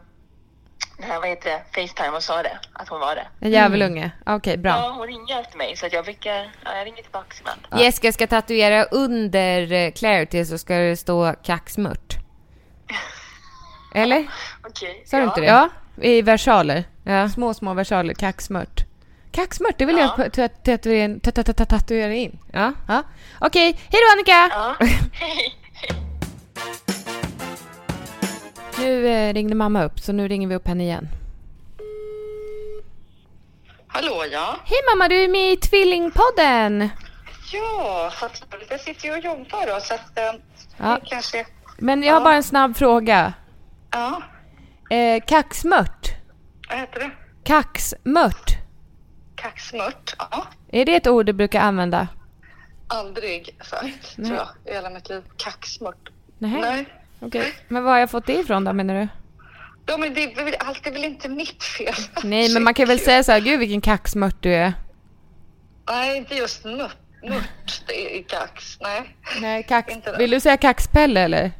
Speaker 4: det här, vad heter det, Facetime och sa det, att hon var det.
Speaker 3: En djävulunge. Okej, bra.
Speaker 4: Ja, hon ringer efter mig så att jag fick, eh, ja, jag ringer tillbaka ibland.
Speaker 2: Jessica ska tatuera under eh, clarity så ska det stå kaxmört.
Speaker 3: Eller?
Speaker 4: Okej.
Speaker 3: Sa du
Speaker 4: ja.
Speaker 3: inte det? Ja, i versaler.
Speaker 2: Ja.
Speaker 3: Små, små versaler. Kaxmört. Kaxmört, det vill
Speaker 4: Ja.
Speaker 3: jag ta- tatuera in. ta- ta- ta- ta- Tatuera in.
Speaker 2: Ja.
Speaker 3: Ja. Okej, hej då Annika!
Speaker 4: Ja, hej.
Speaker 3: Nu eh, ringde mamma upp, så nu ringer vi upp henne igen.
Speaker 4: Hallå ja.
Speaker 3: Hej mamma, du är med i Tvillingpodden!
Speaker 4: Ja, vad roligt. Jag sitter ju och jobbar då så att eh,
Speaker 3: Ja.
Speaker 4: det kanske...
Speaker 3: Men jag har bara en snabb fråga.
Speaker 4: Ja,
Speaker 3: Eh, kaxmört?
Speaker 4: vad heter det?
Speaker 3: Kaxmört?
Speaker 4: Kaxmört? Ja.
Speaker 3: Är det ett ord du brukar använda?
Speaker 4: Aldrig sagt tror jag i hela mitt liv. Kaxmört.
Speaker 3: Nähä.
Speaker 4: Nej.
Speaker 3: Okej. Men var har jag fått det ifrån då menar du?
Speaker 4: Ja, men det är väl, allt är väl inte mitt fel?
Speaker 3: Nej, men man kan väl säga så här, gud vilken kaxmört du är.
Speaker 4: Nej, inte just mört, mört i, i kax. Nej.
Speaker 3: Nej, kax...
Speaker 4: Inte det.
Speaker 3: Vill du säga kaxpelle eller?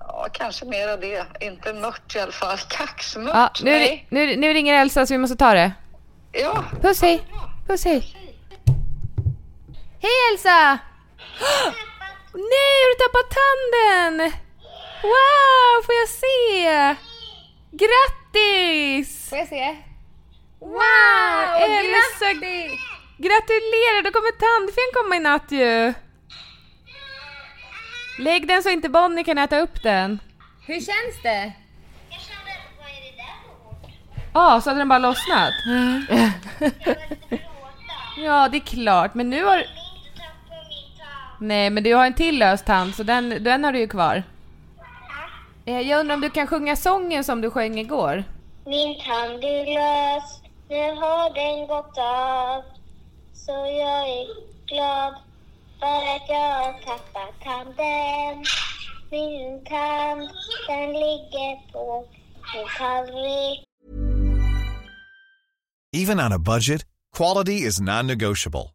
Speaker 4: Ja, kanske mera det. Inte mört i alla fall. Kaxmört?
Speaker 3: Ja, nu, ri-
Speaker 4: Nej.
Speaker 3: nu, nu ringer Elsa så vi måste ta det.
Speaker 4: Ja.
Speaker 3: Puss hej! Puss hej! Hej Elsa! Nej, har du tappat tanden? Wow, får jag se? Grattis! Får jag se? Wow, Elsa! Gratulerar, då kommer tandfen komma i natt ju! Lägg den så inte Bonnie kan äta upp den.
Speaker 1: Hur känns det?
Speaker 5: Jag kände, vad är det där för ord?
Speaker 3: Ja, så hade den bara lossnat.
Speaker 5: Jag började gråta.
Speaker 3: Ja, det är klart, men nu har...
Speaker 5: Jag vill inte tappa min tand.
Speaker 3: Nej, men du har en till lös tand så den, den har du ju kvar. Eh, Jag undrar om du kan sjunga sången som du sjöng igår?
Speaker 5: Min tand är lös, nu har den gått av. Så jag är glad för att jag har tappat tanden. Min tand, den ligger på min tallrik.
Speaker 6: Even on a budget, quality is non-negotiable.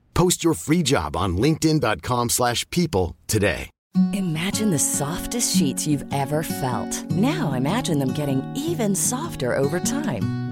Speaker 7: Post your free job on linkedin.com/people slash people today.
Speaker 8: Imagine the softest sheets you've ever felt. Now imagine them getting even softer over time.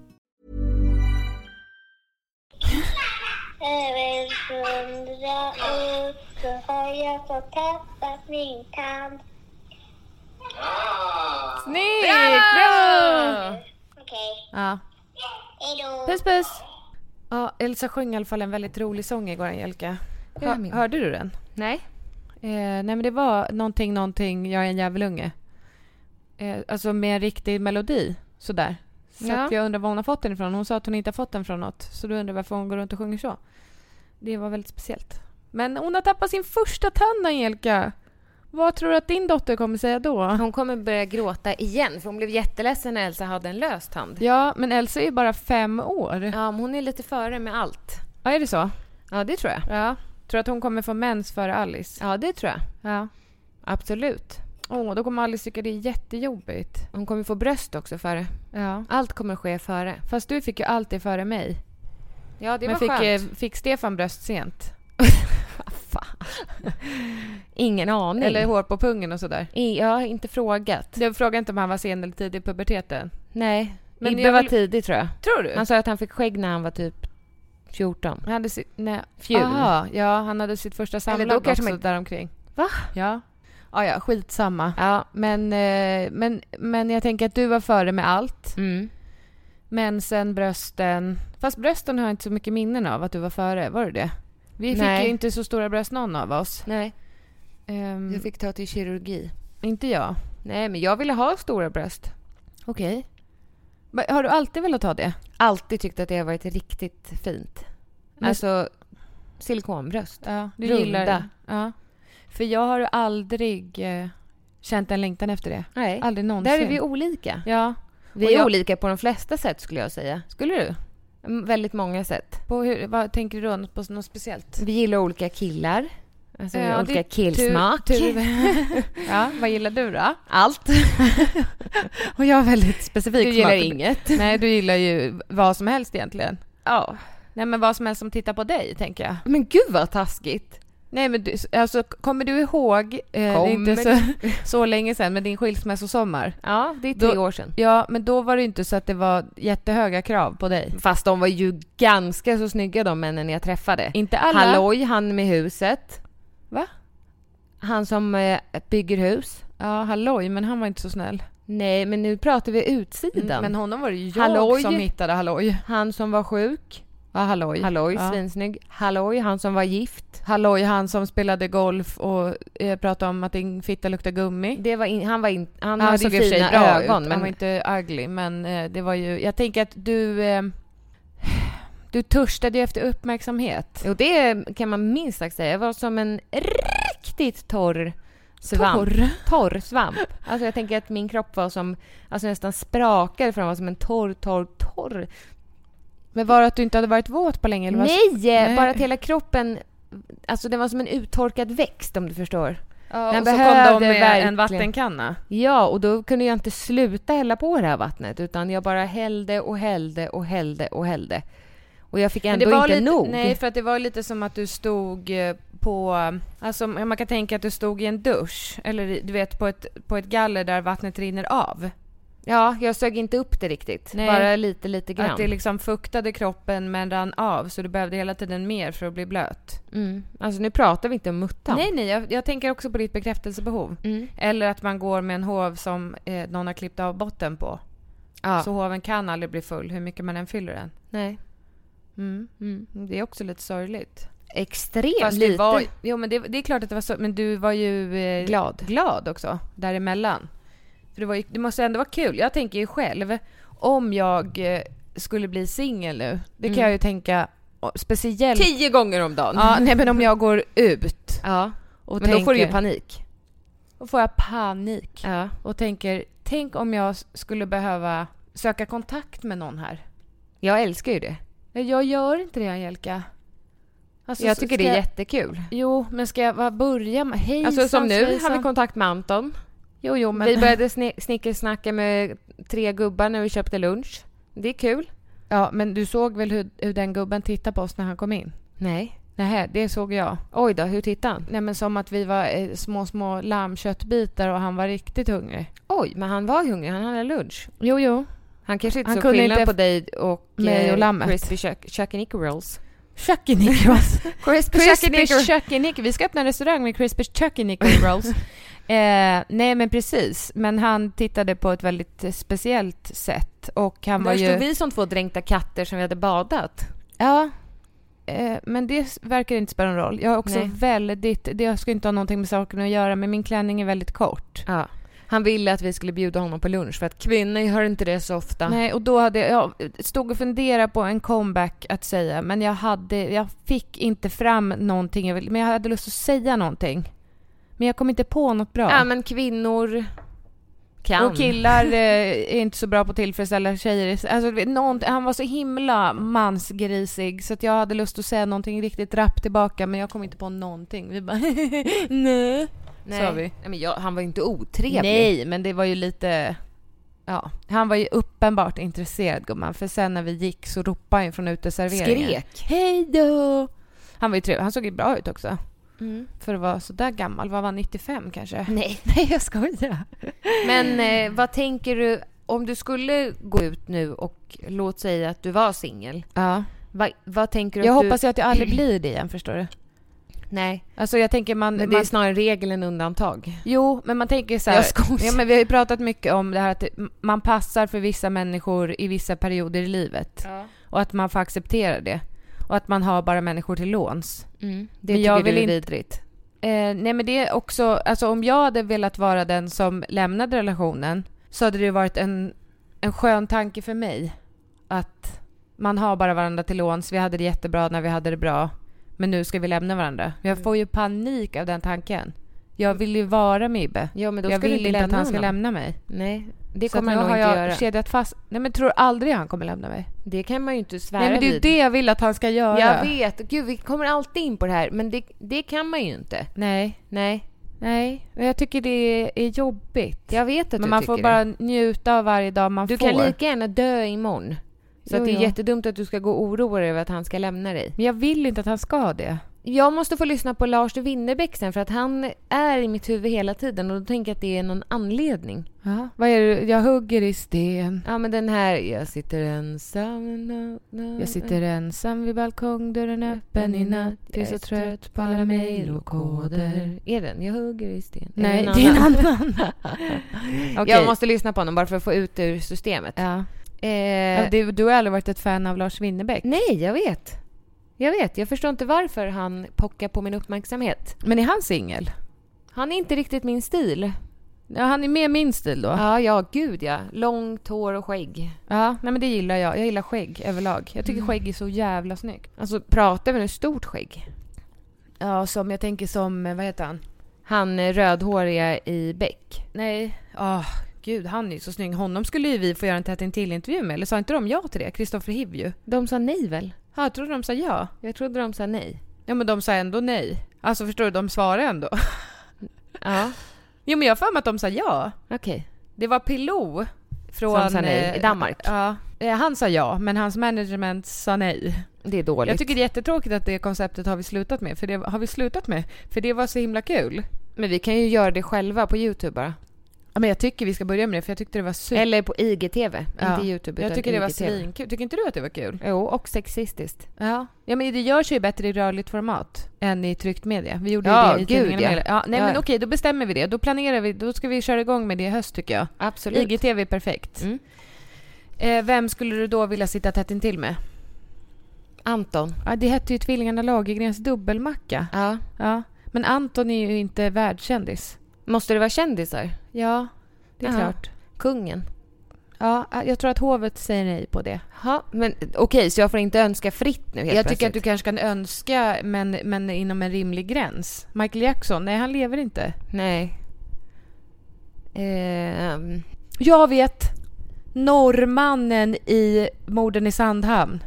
Speaker 5: Över hundra år så har jag fått tappat min tand.
Speaker 2: Snyggt! Bravo!
Speaker 5: Okej,
Speaker 2: Ja.
Speaker 5: hejdå.
Speaker 2: Puss puss! Ja, Elsa sjöng i alla fall en väldigt rolig sång igår Angelica.
Speaker 3: Hör-
Speaker 2: Hör, hörde du den?
Speaker 3: Nej.
Speaker 2: Eh, nej men det var någonting, någonting, jag är en djävulunge. Eh, alltså med en riktig melodi, sådär. Så
Speaker 3: Ja.
Speaker 2: att jag undrar var hon har fått den ifrån. Hon sa att hon inte har fått den från något. Så då undrar jag varför hon går runt och sjunger så. Det var väldigt speciellt. Men hon har tappat sin första tand Angelica. Vad tror du att din dotter kommer säga då?
Speaker 3: Hon kommer börja gråta igen för hon blev jätteledsen när Elsa hade en lös tand.
Speaker 2: Ja, men Elsa är ju bara fem år. Ja,
Speaker 3: Ja, men hon är lite före med allt.
Speaker 2: är det så?
Speaker 3: Ja, det tror jag.
Speaker 2: Ja. Tror du att hon kommer få mens före Alice?
Speaker 3: Ja, det tror jag.
Speaker 2: Ja.
Speaker 3: Absolut.
Speaker 2: Åh, då kommer Alice tycka det är jättejobbigt.
Speaker 3: Hon kommer få bröst också före.
Speaker 2: Ja.
Speaker 3: Allt kommer ske före.
Speaker 2: Fast du fick ju allt det före mig.
Speaker 3: Ja, det
Speaker 2: Men
Speaker 3: var
Speaker 2: fick,
Speaker 3: skönt.
Speaker 2: eh, fick Stefan bröst sent?
Speaker 3: Ingen aning.
Speaker 2: Eller hår på pungen och sådär?
Speaker 3: I- jag har inte frågat.
Speaker 2: Jag frågade inte om han var sen eller tidig i puberteten.
Speaker 3: Nej.
Speaker 2: Men
Speaker 3: Ibbe
Speaker 2: jag
Speaker 3: var
Speaker 2: vill-
Speaker 3: tidig tror jag.
Speaker 2: Tror du?
Speaker 3: Han sa att han fick skägg när han var typ 14.
Speaker 2: Han hade Ah, sitt... Nej.
Speaker 3: Fjul.
Speaker 2: Aha, ja, han hade sitt första
Speaker 3: Eller
Speaker 2: samlag
Speaker 3: då
Speaker 2: också
Speaker 3: kanske man-
Speaker 2: däromkring.
Speaker 3: Va?
Speaker 2: Ja. Ja, ja, skitsamma.
Speaker 3: Ja.
Speaker 2: Men, eh, men, men jag tänker att du var före med allt.
Speaker 3: Mm.
Speaker 2: Mensen, brösten. Fast brösten har jag inte så mycket minnen av att du var före. Var du det? Vi
Speaker 3: Nej.
Speaker 2: fick ju inte så stora bröst någon av oss.
Speaker 3: Nej,
Speaker 2: Ehm,
Speaker 3: jag fick ta till kirurgi.
Speaker 2: Inte jag.
Speaker 3: Mm. Nej, men jag ville ha stora bröst.
Speaker 2: Okej. Men Har du alltid velat ha det?
Speaker 3: Alltid tyckt att det har varit riktigt fint.
Speaker 2: Men-
Speaker 3: Alltså, silikonbröst.
Speaker 2: Ja, du
Speaker 3: Runda.
Speaker 2: gillar det. Ja. För jag har aldrig eh, känt en längtan efter det.
Speaker 3: Nej.
Speaker 2: Aldrig någonsin.
Speaker 3: Där är vi olika.
Speaker 2: Ja.
Speaker 3: Vi
Speaker 2: Och
Speaker 3: är
Speaker 2: jag-
Speaker 3: olika på de flesta sätt skulle jag säga.
Speaker 2: Skulle du?
Speaker 3: Mm, Väldigt många sätt.
Speaker 2: På hur, vad tänker du då? Något, på något speciellt?
Speaker 3: Vi gillar olika killar. Alltså vi
Speaker 2: Ja,
Speaker 3: har
Speaker 2: det
Speaker 3: olika
Speaker 2: är
Speaker 3: killsmak.
Speaker 2: Tur, tur. ja, vad gillar du då?
Speaker 3: Allt.
Speaker 2: Och jag är väldigt specifik.
Speaker 3: Du gillar
Speaker 2: smak.
Speaker 3: inget.
Speaker 2: Nej, du gillar ju vad som helst egentligen.
Speaker 3: Ja.
Speaker 2: Nej, men vad som helst som tittar på dig, tänker jag.
Speaker 3: Men gud vad taskigt.
Speaker 2: Nej, men du, alltså, kommer du ihåg, eh, det är inte
Speaker 3: Kommer
Speaker 2: så, så länge sedan, men din skilsmässosommar?
Speaker 3: Ja, det är tre
Speaker 2: Då-
Speaker 3: år sedan.
Speaker 2: Ja, men då var det ju inte så att det var jättehöga krav på dig.
Speaker 3: Fast de var ju ganska så snygga de männen jag träffade.
Speaker 2: Inte alla.
Speaker 3: Halloj, han med huset.
Speaker 2: Va?
Speaker 3: Han som eh, bygger hus.
Speaker 2: Ja, halloj, men han var inte så snäll.
Speaker 3: Nej, men nu pratar vi utsidan.
Speaker 2: Mm, Men honom var det ju jag
Speaker 3: Halloj.
Speaker 2: som hittade halloj.
Speaker 3: Han som var sjuk.
Speaker 2: Ja, halloj.
Speaker 3: Halloj,
Speaker 2: ja.
Speaker 3: svinsnygg. Halloj, han som var gift.
Speaker 2: Halloj, han som spelade golf och eh, pratade om att din fitta luktar gummi.
Speaker 3: Det var in, han var in, han
Speaker 2: Han
Speaker 3: hade
Speaker 2: såg
Speaker 3: så
Speaker 2: i och för sig
Speaker 3: fina
Speaker 2: bra
Speaker 3: ögon.
Speaker 2: ut.
Speaker 3: men
Speaker 2: Han var inte ugly, men eh, det var ju... Jag tänker att du... Eh, du törstade ju efter uppmärksamhet.
Speaker 3: Jo, det kan man minst sagt säga. Jag var som en riktigt torr svamp.
Speaker 2: Torr?
Speaker 3: Torr svamp. Alltså jag tänker att min kropp var som, alltså nästan sprakade för den var som en torr, torr, torr.
Speaker 2: Men var det att du inte hade varit våt på länge? Eller vad-
Speaker 3: Nej!
Speaker 2: Nej.
Speaker 3: Bara att hela kroppen, alltså den var som en uttorkad växt om du förstår.
Speaker 2: Ja,
Speaker 3: Den
Speaker 2: och så
Speaker 3: behövde
Speaker 2: kom de med
Speaker 3: verkligen-
Speaker 2: en vattenkanna.
Speaker 3: Ja, och då kunde jag inte sluta hälla på det här vattnet utan jag bara hällde och hällde och hällde och hällde. Och jag fick
Speaker 2: Men
Speaker 3: ändå inte
Speaker 2: lite,
Speaker 3: nog.
Speaker 2: Nej, för att det var lite som att du stod eh, på... Alltså man kan tänka att du stod i en dusch eller i- du vet på ett, på ett galler där vattnet rinner av.
Speaker 3: Ja, jag sög inte upp det riktigt.
Speaker 2: Nej.
Speaker 3: Bara lite, lite grann.
Speaker 2: Att det liksom fuktade kroppen men rann av så du behövde hela tiden mer för att bli blöt.
Speaker 3: mm. Alltså nu pratar vi inte om muttan.
Speaker 2: Nej, nej, jag, jag tänker också på ditt bekräftelsebehov.
Speaker 3: Mm.
Speaker 2: Eller att man går med en hov som eh, någon har klippt av botten på.
Speaker 3: Ja.
Speaker 2: Så hoven kan aldrig bli full hur mycket man än fyller den.
Speaker 3: Nej.
Speaker 2: Mm. Det är också lite sorgligt.
Speaker 3: Extremt
Speaker 2: Fast
Speaker 3: lite.
Speaker 2: det var, jo men det, det är klart att det var så, men du var ju eh,
Speaker 3: Glad.
Speaker 2: glad också däremellan. För det, var ju, det måste ändå vara kul. Jag tänker ju själv, om jag eh, skulle bli singel nu, det
Speaker 3: Mm.
Speaker 2: kan jag ju tänka och speciellt...
Speaker 3: Tio gånger om dagen.
Speaker 2: Ja, nej men om jag går ut
Speaker 3: Ja.
Speaker 2: och
Speaker 3: Men
Speaker 2: tänker...
Speaker 3: då får du ju panik.
Speaker 2: Då får jag panik.
Speaker 3: Ja.
Speaker 2: Och tänker, tänk om jag s- skulle behöva söka kontakt med någon här.
Speaker 3: Jag älskar ju det.
Speaker 2: Nej, jag gör inte det Angelica. Alltså,
Speaker 3: jag
Speaker 2: så-
Speaker 3: tycker
Speaker 2: ska
Speaker 3: det är
Speaker 2: jag-
Speaker 3: jättekul.
Speaker 2: Jo, men ska jag vad börja med? Hejsan
Speaker 3: Alltså som nu
Speaker 2: svejsan.
Speaker 3: har vi kontakt med Anton.
Speaker 2: Jo, jo, men...
Speaker 3: Vi började sni- snickersnacka med tre gubbar när vi köpte lunch. Det är kul.
Speaker 2: Ja, men du såg väl hur, hur den gubben tittade på oss när han kom in?
Speaker 3: Nej.
Speaker 2: Nej, det såg jag.
Speaker 3: Oj då, hur tittar han?
Speaker 2: Nej, men som att vi var eh, små, små lammköttbitar och han var riktigt hungrig.
Speaker 3: Oj, men han var hungrig. Han hade lunch.
Speaker 2: Jo, jo.
Speaker 3: Han kanske inte
Speaker 2: Han
Speaker 3: såg
Speaker 2: kunde
Speaker 3: skillnad
Speaker 2: inte-
Speaker 3: på dig och...
Speaker 2: mig
Speaker 3: eh,
Speaker 2: och lammet.
Speaker 3: Crispy chuck- Chuckinick Rolls.
Speaker 2: Chuckinicros.
Speaker 3: Crispy
Speaker 2: Crispy
Speaker 3: E. Chuckinick Rolls.
Speaker 2: Chuckinick. Vi ska öppna en restaurang med Crispy Chuckinick Rolls. eh, nej, men precis. Men han tittade på ett väldigt eh, speciellt sätt och han var
Speaker 3: Där
Speaker 2: ju...
Speaker 3: stod vi som två dränkta katter som vi hade badat.
Speaker 2: Ja. Eh, Men det s- verkar inte spela någon roll. Jag är också
Speaker 3: Nej.
Speaker 2: väldigt... Det jag ska inte ha någonting med saken att göra, men min klänning är väldigt kort.
Speaker 3: Ja. Han ville att vi skulle bjuda honom på lunch för att kvinnor gör inte det så ofta.
Speaker 2: Nej, och då hade jag, jag stod och funderade på en comeback att säga, men jag hade... Jag fick inte fram någonting jag ville, men jag hade lust att säga någonting. Men jag kom inte på något bra.
Speaker 3: Ja, men kvinnor kan.
Speaker 2: Och killar eh, är inte så bra på att tillfredsställa tjejer. Alltså, det- någon, han var så himla mansgrisig så att jag hade lust att säga någonting riktigt rappt tillbaka men jag kom inte på någonting. Vi bara nej.
Speaker 3: Nej.
Speaker 2: sa vi.
Speaker 3: Nej, men jag, han var ju inte otrevlig.
Speaker 2: Nej, men det var ju lite... Ja, han var ju uppenbart intresserad gumman för sen när vi gick så ropade han ju från uteserveringen.
Speaker 3: Skrek.
Speaker 2: Hej då! Han var ju trevlig. Han såg ju bra ut också.
Speaker 3: Mm.
Speaker 2: För att vara sådär gammal. Vad var han? 95 kanske?
Speaker 3: Nej.
Speaker 2: Nej, jag skojar.
Speaker 3: Men eh, vad tänker du om du skulle gå ut nu och låt säga att du var singel.
Speaker 2: Ja.
Speaker 3: Vad, vad tänker du
Speaker 2: Jag
Speaker 3: att
Speaker 2: hoppas
Speaker 3: du...
Speaker 2: ju att jag aldrig blir det igen, förstår du?
Speaker 3: Nej,
Speaker 2: Alltså jag tänker man...
Speaker 3: men det
Speaker 2: man
Speaker 3: är snarare regel än undantag.
Speaker 2: Jo, men man tänker så här...
Speaker 3: Jag skojar.
Speaker 2: ja, men vi har ju pratat mycket om det här att det- man passar för vissa människor i vissa perioder i livet. Och att man får acceptera det. Och att man har bara människor till låns.
Speaker 3: Det
Speaker 2: Men
Speaker 3: tycker
Speaker 2: jag
Speaker 3: du
Speaker 2: vill
Speaker 3: är
Speaker 2: inte-
Speaker 3: vidrigt.
Speaker 2: Eh, nej men det är också, alltså om jag hade velat vara den som lämnade relationen så hade det ju varit en, en skön tanke för mig att man har bara varandra till låns, vi hade det jättebra när vi hade det bra men nu ska vi lämna varandra.
Speaker 3: Mm.
Speaker 2: Jag får ju panik av den tanken. Jag vill ju vara med Ibbe.
Speaker 3: Ja, men då
Speaker 2: Jag
Speaker 3: ska du
Speaker 2: vill
Speaker 3: inte
Speaker 2: inte att
Speaker 3: lämna
Speaker 2: han ska
Speaker 3: honom.
Speaker 2: lämna mig.
Speaker 3: Nej, det
Speaker 2: Så att
Speaker 3: kommer
Speaker 2: nu
Speaker 3: han nog
Speaker 2: har
Speaker 3: inte
Speaker 2: jag
Speaker 3: göra.
Speaker 2: kedjat fast. Nej men tror aldrig han kommer lämna mig.
Speaker 3: Det kan man ju inte svära
Speaker 2: Nej men det är ju
Speaker 3: vid.
Speaker 2: det jag vill att han ska göra.
Speaker 3: Jag vet. Gud, vi kommer alltid in på det här. Men det, det kan man ju inte.
Speaker 2: Nej,
Speaker 3: Nej,
Speaker 2: nej. Men Jag tycker det är jobbigt.
Speaker 3: jag vet att
Speaker 2: Men
Speaker 3: du
Speaker 2: man
Speaker 3: tycker
Speaker 2: får bara
Speaker 3: det.
Speaker 2: njuta av varje dag man
Speaker 3: Du
Speaker 2: får.
Speaker 3: kan lika gärna dö imorgon. Så
Speaker 2: Jo,
Speaker 3: att det är
Speaker 2: jo.
Speaker 3: jättedumt att du ska gå och oroa dig över att han ska lämna dig.
Speaker 2: Men jag vill inte att han ska det.
Speaker 3: Jag måste få lyssna på Lars Winnerbäck sen för att han är i mitt huvud hela tiden och då tänker jag att det är någon anledning.
Speaker 2: Vad är det? Jag hugger i sten.
Speaker 3: Ja men den här, jag sitter ensam... na, na,
Speaker 2: Jag sitter ensam vid balkongdörren öppen i natt. Jag är så trött på alla mejl och koder.
Speaker 3: Är den? Jag hugger i sten.
Speaker 2: Nej,
Speaker 3: Eller
Speaker 2: det är en annan.
Speaker 3: Jag
Speaker 2: Okej.
Speaker 3: måste lyssna på honom bara för att få ut det ur systemet.
Speaker 2: ja.
Speaker 3: Eh,
Speaker 2: Ja, du, du har aldrig varit ett fan av Lars Winnerbäck.
Speaker 3: Nej, jag vet. Jag vet. Jag förstår inte varför han pockar på min uppmärksamhet.
Speaker 2: Men är han singel?
Speaker 3: Han är inte riktigt min stil.
Speaker 2: Ja, han är mer min stil då.
Speaker 3: Ja, ja, gud ja. Långt hår och skägg. Mm.
Speaker 2: Ja, nej, men det gillar jag. Jag gillar skägg överlag. Jag tycker skägg är så jävla snyggt.
Speaker 3: Alltså, pratar vi nu stort skägg?
Speaker 2: Ja, som jag tänker som, eh, vad heter han?
Speaker 3: Han eh, rödhåriga i Beck.
Speaker 2: Nej, ah gud han är ju så snygg. Honom skulle ju vi få göra en tätt intill intervju med. Eller sa inte de ja till det? Kristoffer Hiv ju.
Speaker 3: De sa nej väl?
Speaker 2: Ja, jag trodde de sa ja.
Speaker 3: Jag trodde de sa nej.
Speaker 2: Ja men de sa ändå nej. Alltså förstår du, de svarade ändå.
Speaker 3: Ja,
Speaker 2: Jo men jag har för mig att de sa ja.
Speaker 3: okej.
Speaker 2: Det var Pilou från...
Speaker 3: Som sa nej,
Speaker 2: eh,
Speaker 3: i Danmark.
Speaker 2: Ja. Eh, Han sa ja, men hans management sa nej.
Speaker 3: Det är dåligt.
Speaker 2: Jag tycker det är jättetråkigt att det konceptet har vi slutat med. För det har vi slutat med. För det var så himla kul.
Speaker 3: Men vi kan ju göra det själva på Youtube bara.
Speaker 2: Ja men jag tycker vi ska börja med det för jag tyckte det var super...
Speaker 3: Eller på IGTV. Inte Youtube utan
Speaker 2: Jag tycker det var
Speaker 3: IGTV.
Speaker 2: svinkul. Tycker inte du att det var kul?
Speaker 3: Jo, och sexistiskt.
Speaker 2: Ja. ja, men det görs ju bättre i rörligt format än i tryckt media. Vi gjorde
Speaker 3: Ja,
Speaker 2: ju det i
Speaker 3: gud,
Speaker 2: tidningarna
Speaker 3: ja.
Speaker 2: med- ja. Nej,
Speaker 3: Ja,
Speaker 2: men
Speaker 3: ja.
Speaker 2: okej, då bestämmer vi det. Då planerar vi. Då ska vi köra igång med det i höst tycker jag.
Speaker 3: Absolut.
Speaker 2: IGTV är perfekt.
Speaker 3: Mm.
Speaker 2: Eh, vem skulle du då vilja sitta tätt intill med?
Speaker 3: Anton.
Speaker 2: Ja, det hette ju Tvillingarna Lagergrens dubbelmacka.
Speaker 3: Ja.
Speaker 2: Ja. Men Anton är ju inte världskändis.
Speaker 3: Måste det vara kändisar?
Speaker 2: Ja. Det är
Speaker 3: Ja.
Speaker 2: klart.
Speaker 3: Kungen.
Speaker 2: Ja, jag tror att hovet säger nej på det.
Speaker 3: Ha, men okej, så jag får inte önska fritt nu helt
Speaker 2: jag
Speaker 3: plötsligt?
Speaker 2: tycker att du kanske kan önska, men, men inom en rimlig gräns. Michael Jackson, nej han lever inte.
Speaker 3: Nej. Ehm,
Speaker 2: Jag vet! Norrmannen i Morden i Sandhamn.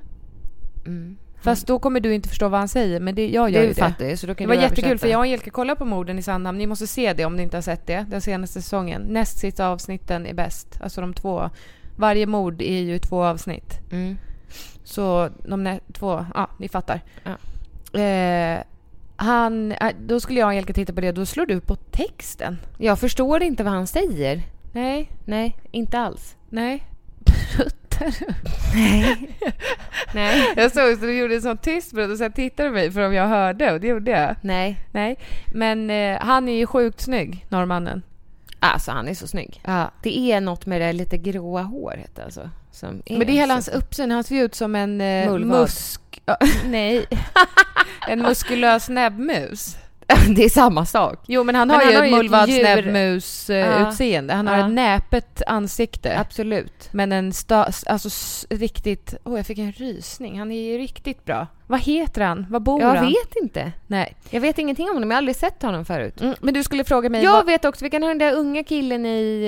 Speaker 3: mm.
Speaker 2: Fast då kommer du inte förstå vad han säger, men det, jag gör ju
Speaker 3: Du
Speaker 2: det.
Speaker 3: fattar ju, så då
Speaker 2: Det
Speaker 3: kan
Speaker 2: var
Speaker 3: du översätta.
Speaker 2: jättekul för jag och Angelica kollade på morden i Sandhamn. Ni måste se det om ni inte har sett det. Den senaste säsongen. Näst sista avsnitten är bäst. Alltså de två. Varje mord är ju två avsnitt.
Speaker 3: Mm.
Speaker 2: Så de nä- två, ja ni fattar.
Speaker 3: Ja.
Speaker 2: Eh, han, eh, då skulle jag och Angelica titta på det. Då slår du på texten.
Speaker 3: Jag förstår inte vad han säger.
Speaker 2: Nej,
Speaker 3: Nej, inte alls.
Speaker 2: nej.
Speaker 3: Nej.
Speaker 2: Jag såg så du gjorde en sån tyst brud och sen tittade du mig för om jag hörde och det gjorde jag.
Speaker 3: Nej.
Speaker 2: Nej, men eh, han är ju sjukt snygg, norrmannen.
Speaker 3: Alltså han är så snygg.
Speaker 2: Ja.
Speaker 3: Det är något med det där lite gråa håret alltså. Som är
Speaker 2: Men det är hela hans
Speaker 3: så-
Speaker 2: uppsyn. Han ser ut som en eh,
Speaker 3: Mullvad.
Speaker 2: musk... ja, Nej. en muskulös näbbmus.
Speaker 3: det är samma sak.
Speaker 2: Jo, men han
Speaker 3: Men
Speaker 2: har
Speaker 3: han
Speaker 2: ju
Speaker 3: har
Speaker 2: ett
Speaker 3: ju ett
Speaker 2: mullvads
Speaker 3: djur- Ja.
Speaker 2: näbbmus-utseende. Han har
Speaker 3: Ja.
Speaker 2: ett näpet ansikte.
Speaker 3: Absolut.
Speaker 2: Men en sta, alltså s- riktigt... Åh, jag fick en rysning. Han är ju riktigt bra. Vad heter han? Vad bor
Speaker 3: Jag
Speaker 2: han?
Speaker 3: vet inte.
Speaker 2: Nej.
Speaker 3: Jag vet ingenting om honom. Jag har aldrig sett honom förut.
Speaker 2: Mm, men du skulle fråga mig...
Speaker 3: Jag
Speaker 2: vad-
Speaker 3: vet också, vi kan ha den där unga killen i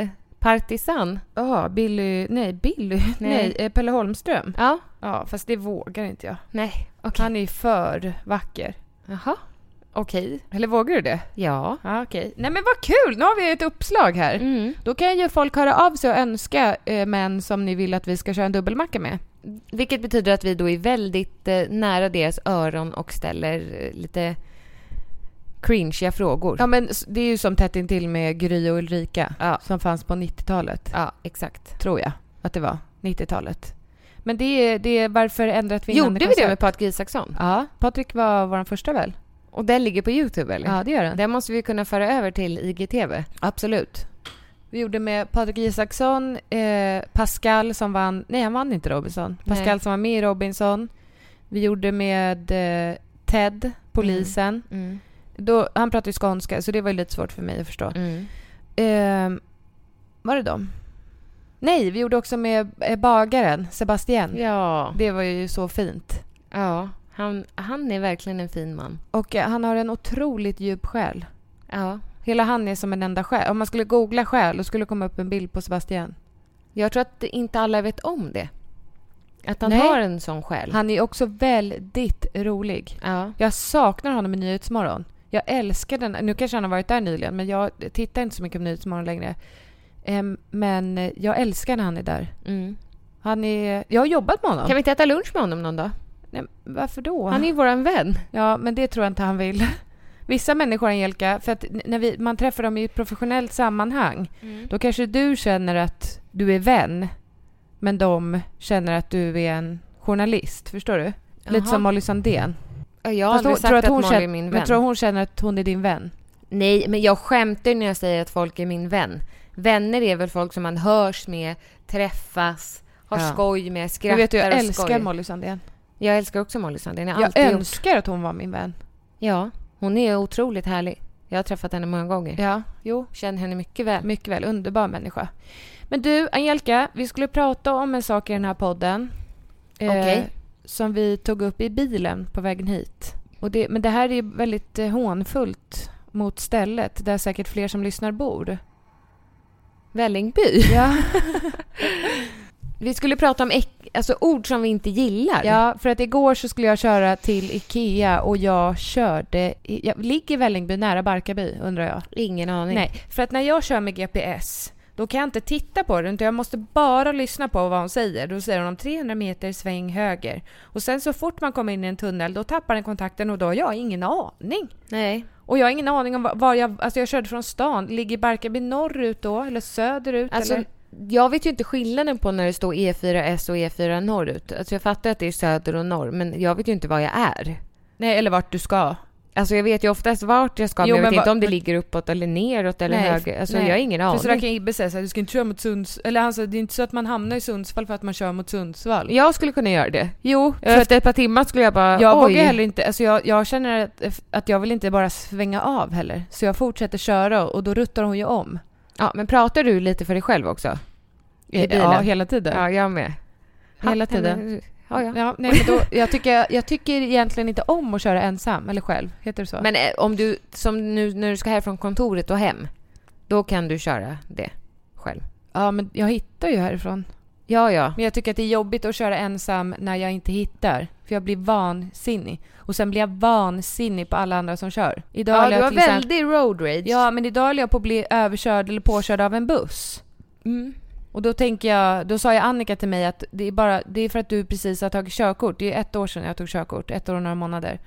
Speaker 3: eh, Partisan.
Speaker 2: Ja, Billy... Nej, Billy. Nej,
Speaker 3: Nej.
Speaker 2: eh, Pelle Holmström.
Speaker 3: Ja.
Speaker 2: Ja, fast det vågar inte jag.
Speaker 3: Nej. Okej.
Speaker 2: Han är ju för vacker.
Speaker 3: Jaha. Okej.
Speaker 2: Eller vågar du det?
Speaker 3: Ja.
Speaker 2: Ja, okej. Nej men vad kul! Nu har vi ett uppslag här.
Speaker 3: Mm.
Speaker 2: Då kan ju folk höra av sig och önska eh, män som ni vill att vi ska köra en dubbelmacka med.
Speaker 3: Vilket betyder att vi då är väldigt eh, nära deras öron och ställer eh, lite cringiga frågor.
Speaker 2: Ja men s- det är ju som tätt intill med Gry och Ulrika
Speaker 3: Ja.
Speaker 2: som fanns på 90-talet,
Speaker 3: Ja, exakt.
Speaker 2: tror jag att det var. 90-talet. Men det är, det är varför ändrat vi
Speaker 3: Gjorde vi det med
Speaker 2: koncept?
Speaker 3: Patrik Isaksson?
Speaker 2: Ja, Patrik var vår första väl?
Speaker 3: Och den ligger på Youtube eller?
Speaker 2: Ja, det gör den.
Speaker 3: Den måste vi kunna föra över till IGTV.
Speaker 2: Absolut. Vi gjorde med eh, Patrik Isaksson, eh, Pascal som vann, nej han vann inte Robinson, Pascal
Speaker 3: Nej.
Speaker 2: som var med i Robinson. Vi gjorde med eh, Ted, polisen.
Speaker 3: Mm.
Speaker 2: Då, han pratade ju skånska så det var ju lite svårt för mig att förstå.
Speaker 3: Mm.
Speaker 2: Eh, var det dem? Nej, vi gjorde också med eh, bagaren Sebastian.
Speaker 3: Ja.
Speaker 2: Det var ju så fint.
Speaker 3: ja. Han, han är verkligen en fin man.
Speaker 2: Och eh, han har en otroligt djup själ.
Speaker 3: Ja.
Speaker 2: Hela han är som en enda själ. Om man skulle googla själ då skulle det komma upp en bild på Sebastian.
Speaker 3: Jag tror att inte alla vet om det. Att han
Speaker 2: Nej.
Speaker 3: har en sån själ.
Speaker 2: Han är också väldigt rolig.
Speaker 3: Ja.
Speaker 2: Jag saknar honom i Nyhetsmorgon. Jag älskar den. Nu kanske han har varit där nyligen, men jag tittar inte så mycket på Nyhetsmorgon längre. Em, men jag älskar när han är där.
Speaker 3: Mm.
Speaker 2: Han är... Jag har jobbat med honom.
Speaker 3: Kan vi inte äta lunch med honom någon dag?
Speaker 2: Nej, varför då?
Speaker 3: Han är ju våran vän.
Speaker 2: Ja, men det tror jag inte han vill. Vissa människor, Angelica, för att n- när vi, man träffar dem i ett professionellt sammanhang,
Speaker 3: Mm.
Speaker 2: då kanske du känner att du är vän, men de känner att du är en journalist. Förstår du? Lite
Speaker 3: Jaha.
Speaker 2: som Molly Sandén.
Speaker 3: Jag har
Speaker 2: Fast
Speaker 3: aldrig
Speaker 2: hon-
Speaker 3: sagt
Speaker 2: tror
Speaker 3: att,
Speaker 2: hon
Speaker 3: Molly
Speaker 2: känner-
Speaker 3: är min
Speaker 2: Men
Speaker 3: vän.
Speaker 2: tror hon känner att hon är din vän?
Speaker 3: Nej, men jag skämtar ju när jag säger att folk är min vän. Vänner är väl folk som man hörs med, träffas, har
Speaker 2: Ja.
Speaker 3: skoj med,
Speaker 2: Du
Speaker 3: skrattar
Speaker 2: vet, jag
Speaker 3: och skojar.
Speaker 2: älskar Molly Sandén.
Speaker 3: Jag älskar också Molly Sandén. Jag, har
Speaker 2: Jag
Speaker 3: alltid gjort.
Speaker 2: önskar att hon var min vän.
Speaker 3: Ja, hon är otroligt härlig. Jag har träffat henne många gånger.
Speaker 2: Ja, jo.
Speaker 3: Känner henne mycket väl.
Speaker 2: Mycket väl. Underbar människa. Men du, Angelica, vi skulle prata om en sak i den här podden. eh,
Speaker 3: Okej.
Speaker 2: som vi tog upp i bilen på vägen hit. Och det, men det här är ju väldigt eh, hånfullt mot stället där säkert fler som lyssnar bor.
Speaker 3: Vällingby.
Speaker 2: Ja,
Speaker 3: Vi skulle prata om äck- alltså, ord som vi inte gillar.
Speaker 2: ja för att igår så skulle jag köra till Ikea och jag körde... I, jag, ligger Vällingby nära Barkarby, undrar jag?
Speaker 3: Ingen aning.
Speaker 2: Nej, för att när jag kör med GPS då kan jag inte titta på den utan jag måste bara lyssna på vad hon säger. Då säger hon om 300 meter sväng höger. Och sen så fort man kommer in i en tunnel då tappar den kontakten och då har jag ingen aning.
Speaker 3: Nej.
Speaker 2: Och jag har ingen aning om va- var jag... Alltså jag körde från stan. Ligger Barkarby norrut då eller söderut?
Speaker 3: Alltså,
Speaker 2: eller?
Speaker 3: jag vet ju inte skillnaden på när det står E4S och E4 norrut. Alltså, jag fattar att det är söder och norr, men jag vet ju inte var jag är.
Speaker 2: Nej, eller vart du ska.
Speaker 3: Alltså jag vet ju oftast vart jag
Speaker 2: Jo,
Speaker 3: ska, men jag
Speaker 2: men
Speaker 3: vet inte
Speaker 2: va-
Speaker 3: om det
Speaker 2: men-
Speaker 3: ligger uppåt eller neråt eller
Speaker 2: Nej,
Speaker 3: höger. Alltså
Speaker 2: nej.
Speaker 3: jag har ingen
Speaker 2: För
Speaker 3: aning.
Speaker 2: så där kan Ibbe säga såhär, du ska inte köra mot Sundsvall. Eller han säger, det är inte så att man hamnar i Sundsvall för att man kör mot Sundsvall.
Speaker 3: Jag skulle kunna göra det.
Speaker 2: Jo,
Speaker 3: För efter ett par timmar skulle jag bara,
Speaker 2: Jag
Speaker 3: oj.
Speaker 2: vågar heller inte, alltså jag, jag känner att, att jag vill inte bara svänga av heller. Så jag fortsätter köra och då ruttar hon ju om.
Speaker 3: Ja, men pratar du lite för dig själv också? I bilen?
Speaker 2: Ja, hela tiden.
Speaker 3: Ja, jag med. Hela
Speaker 2: nej,
Speaker 3: tiden.
Speaker 2: men-
Speaker 3: Ja, ja.
Speaker 2: Ja, nej, men då, jag, tycker, jag tycker egentligen inte om att köra ensam eller själv. Heter det så?
Speaker 3: Men eh, om du, som nu när du ska härifrån kontoret och hem, då kan du köra det själv.
Speaker 2: ja, men jag hittar ju härifrån.
Speaker 3: Ja, ja.
Speaker 2: Men jag tycker att det är jobbigt att köra ensam när jag inte hittar. För jag blir vansinnig. Och sen blir jag vansinnig på alla andra som kör. Idag höll
Speaker 3: ja
Speaker 2: jag
Speaker 3: du har
Speaker 2: till exempel-
Speaker 3: väldigt road rage.
Speaker 2: Ja, men idag höll jag på att bli överkörd eller påkörd av en buss. Och då tänker jag, då sa jag Annika till mig att det är bara, det är för att du precis har tagit körkort. Det är ett år sedan jag tog körkort, ett år och några månader.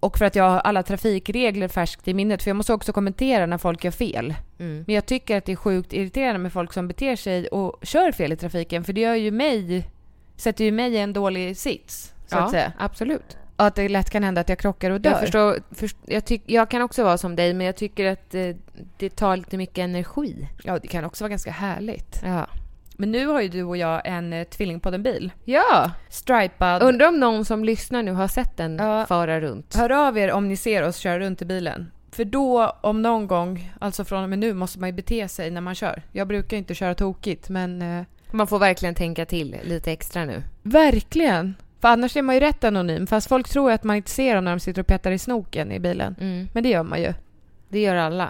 Speaker 2: Och för att jag har alla trafikregler färskt i minnet, för jag måste också kommentera när folk gör fel.
Speaker 3: Mm.
Speaker 2: Men jag tycker att det är sjukt irriterande med folk som beter sig och kör fel i trafiken, för det gör ju mig, sätter ju mig i en dålig sits, så
Speaker 3: ja,
Speaker 2: att säga.
Speaker 3: absolut.
Speaker 2: Och att det lätt kan hända att jag krockar och dör.
Speaker 3: Jag, förstår, först, jag, tyck, jag kan också vara som dig, men jag tycker att eh, det tar lite mycket energi.
Speaker 2: Ja, det kan också vara ganska härligt.
Speaker 3: Ja.
Speaker 2: Men nu har ju du och jag en eh, tvillingpodden-bil.
Speaker 3: ja.
Speaker 2: Stripad.
Speaker 3: Undrar om någon som lyssnar nu har sett den
Speaker 2: Ja.
Speaker 3: fara runt.
Speaker 2: Hör av er om ni ser oss köra runt i bilen. För då, om någon gång, alltså från och med nu, måste man ju bete sig när man kör. Jag brukar inte köra tokigt, men eh,
Speaker 3: Man får verkligen tänka till lite extra nu.
Speaker 2: verkligen. För annars är man ju rätt anonym, fast folk tror ju att man inte ser dem när de sitter och petar i snoken i bilen.
Speaker 3: Mm.
Speaker 2: Men det gör man ju.
Speaker 3: Det gör alla.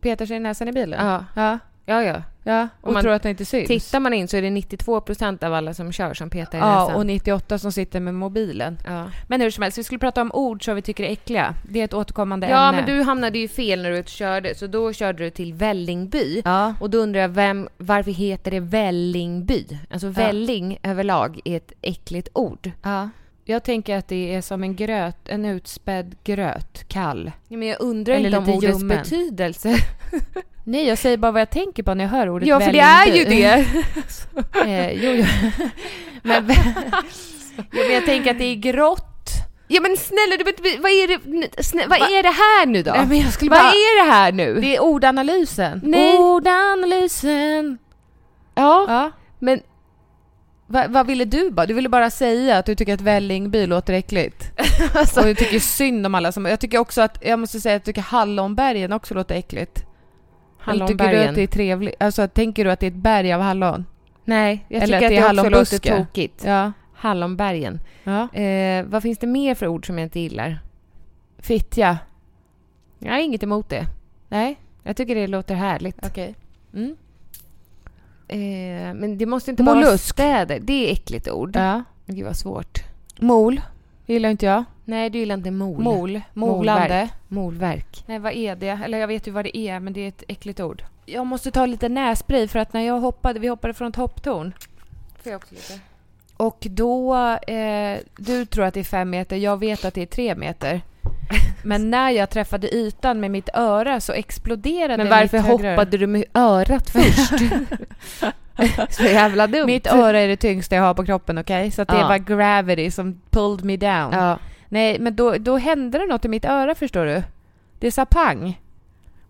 Speaker 2: Petar sig i näsan i bilen.
Speaker 3: Ja.
Speaker 2: Ja.
Speaker 3: Ja, ja.
Speaker 2: ja.
Speaker 3: Och
Speaker 2: Och
Speaker 3: man-
Speaker 2: tror att det inte syns.
Speaker 3: Tittar man in så är det 92 procent av alla som kör som petar i
Speaker 2: Ja,
Speaker 3: näsan.
Speaker 2: och 98 som sitter med mobilen.
Speaker 3: ja.
Speaker 2: Men hur som helst, vi skulle prata om ord som vi tycker är äckliga. Det är ett återkommande
Speaker 3: ja,
Speaker 2: ämne.
Speaker 3: men du hamnade ju fel när du ute och körde, så då körde du till Vällingby.
Speaker 2: Ja.
Speaker 3: Och då undrar jag vem, varför heter det Vällingby? Alltså välling överlag är ett äckligt ord.
Speaker 2: Ja. Jag tänker att det är som en gröt, en utspädd gröt, kall.
Speaker 3: Ja, men jag undrar
Speaker 2: Eller
Speaker 3: inte om
Speaker 2: lite
Speaker 3: ordets
Speaker 2: ljummen.
Speaker 3: betydelse.
Speaker 2: Nej, jag säger bara vad jag tänker på när jag hör ordet
Speaker 3: ja, för det är ju
Speaker 2: Vällingby.
Speaker 3: det.
Speaker 2: eh, jo, jo. men, jo, men jag tänker att det är grått.
Speaker 3: Ja men snälla, du, bet- vad, är det, snä, vad är det här nu då?
Speaker 2: Nej, men jag skulle
Speaker 3: vad
Speaker 2: bara-
Speaker 3: är det här nu?
Speaker 2: Det är ordanalysen.
Speaker 3: Nej.
Speaker 2: Ordanalysen.
Speaker 3: ja,
Speaker 2: Ja.
Speaker 3: men
Speaker 2: Va, vad ville du bara? Du ville bara säga att du tycker att Vällingby låter äckligt.
Speaker 3: Alltså-
Speaker 2: Och du tycker synd om alla som... Jag tycker också att, jag måste säga att jag tycker Hallonbergen också låter äckligt. Eller Tycker du att
Speaker 3: hallonbergen.
Speaker 2: det är trevligt? Alltså, tänker du att det är ett berg av hallon?
Speaker 3: Nej, jag
Speaker 2: Eller
Speaker 3: tycker
Speaker 2: att
Speaker 3: att
Speaker 2: det
Speaker 3: det,
Speaker 2: är
Speaker 3: också låter
Speaker 2: hallonbuske.
Speaker 3: tokigt.
Speaker 2: Ja.
Speaker 3: Hallonbergen.
Speaker 2: ja.
Speaker 3: Eh, vad finns det mer för ord som jag inte gillar?
Speaker 2: Fittja.
Speaker 3: Jag har inget emot det.
Speaker 2: Nej,
Speaker 3: Jag tycker det låter härligt. Mm.
Speaker 2: okej.
Speaker 3: Eh, men det måste inte bara vara
Speaker 2: Mollusk.
Speaker 3: städer. Det är äckligt ord.
Speaker 2: Ja.
Speaker 3: Men Gud vad svårt.
Speaker 2: Mol. Gillar inte jag.
Speaker 3: Nej, du gillar inte mol.
Speaker 2: Mol.
Speaker 3: Molande.
Speaker 2: Molande.
Speaker 3: Molverk.
Speaker 2: Nej, vad är det? Eller jag vet ju vad det är, men det är ett äckligt ord. Jag måste ta lite nässpray för att när jag hoppade, vi hoppade från ett hopptorn.
Speaker 3: Får jag också lite?
Speaker 2: Och då, eh, du tror att det är fem meter, jag vet att det är tre meter. Men när jag träffade ytan med mitt öra så exploderade
Speaker 3: Men varför
Speaker 2: mitt högra öra.
Speaker 3: hoppade du med örat först? Så jävla dumt.
Speaker 2: Mitt öra är det tyngsta jag har på kroppen, okej? Så att det
Speaker 3: Ja.
Speaker 2: var gravity som pulled me down.
Speaker 3: Ja.
Speaker 2: Nej, men då, då hände det något i mitt öra förstår du. Det sa pang.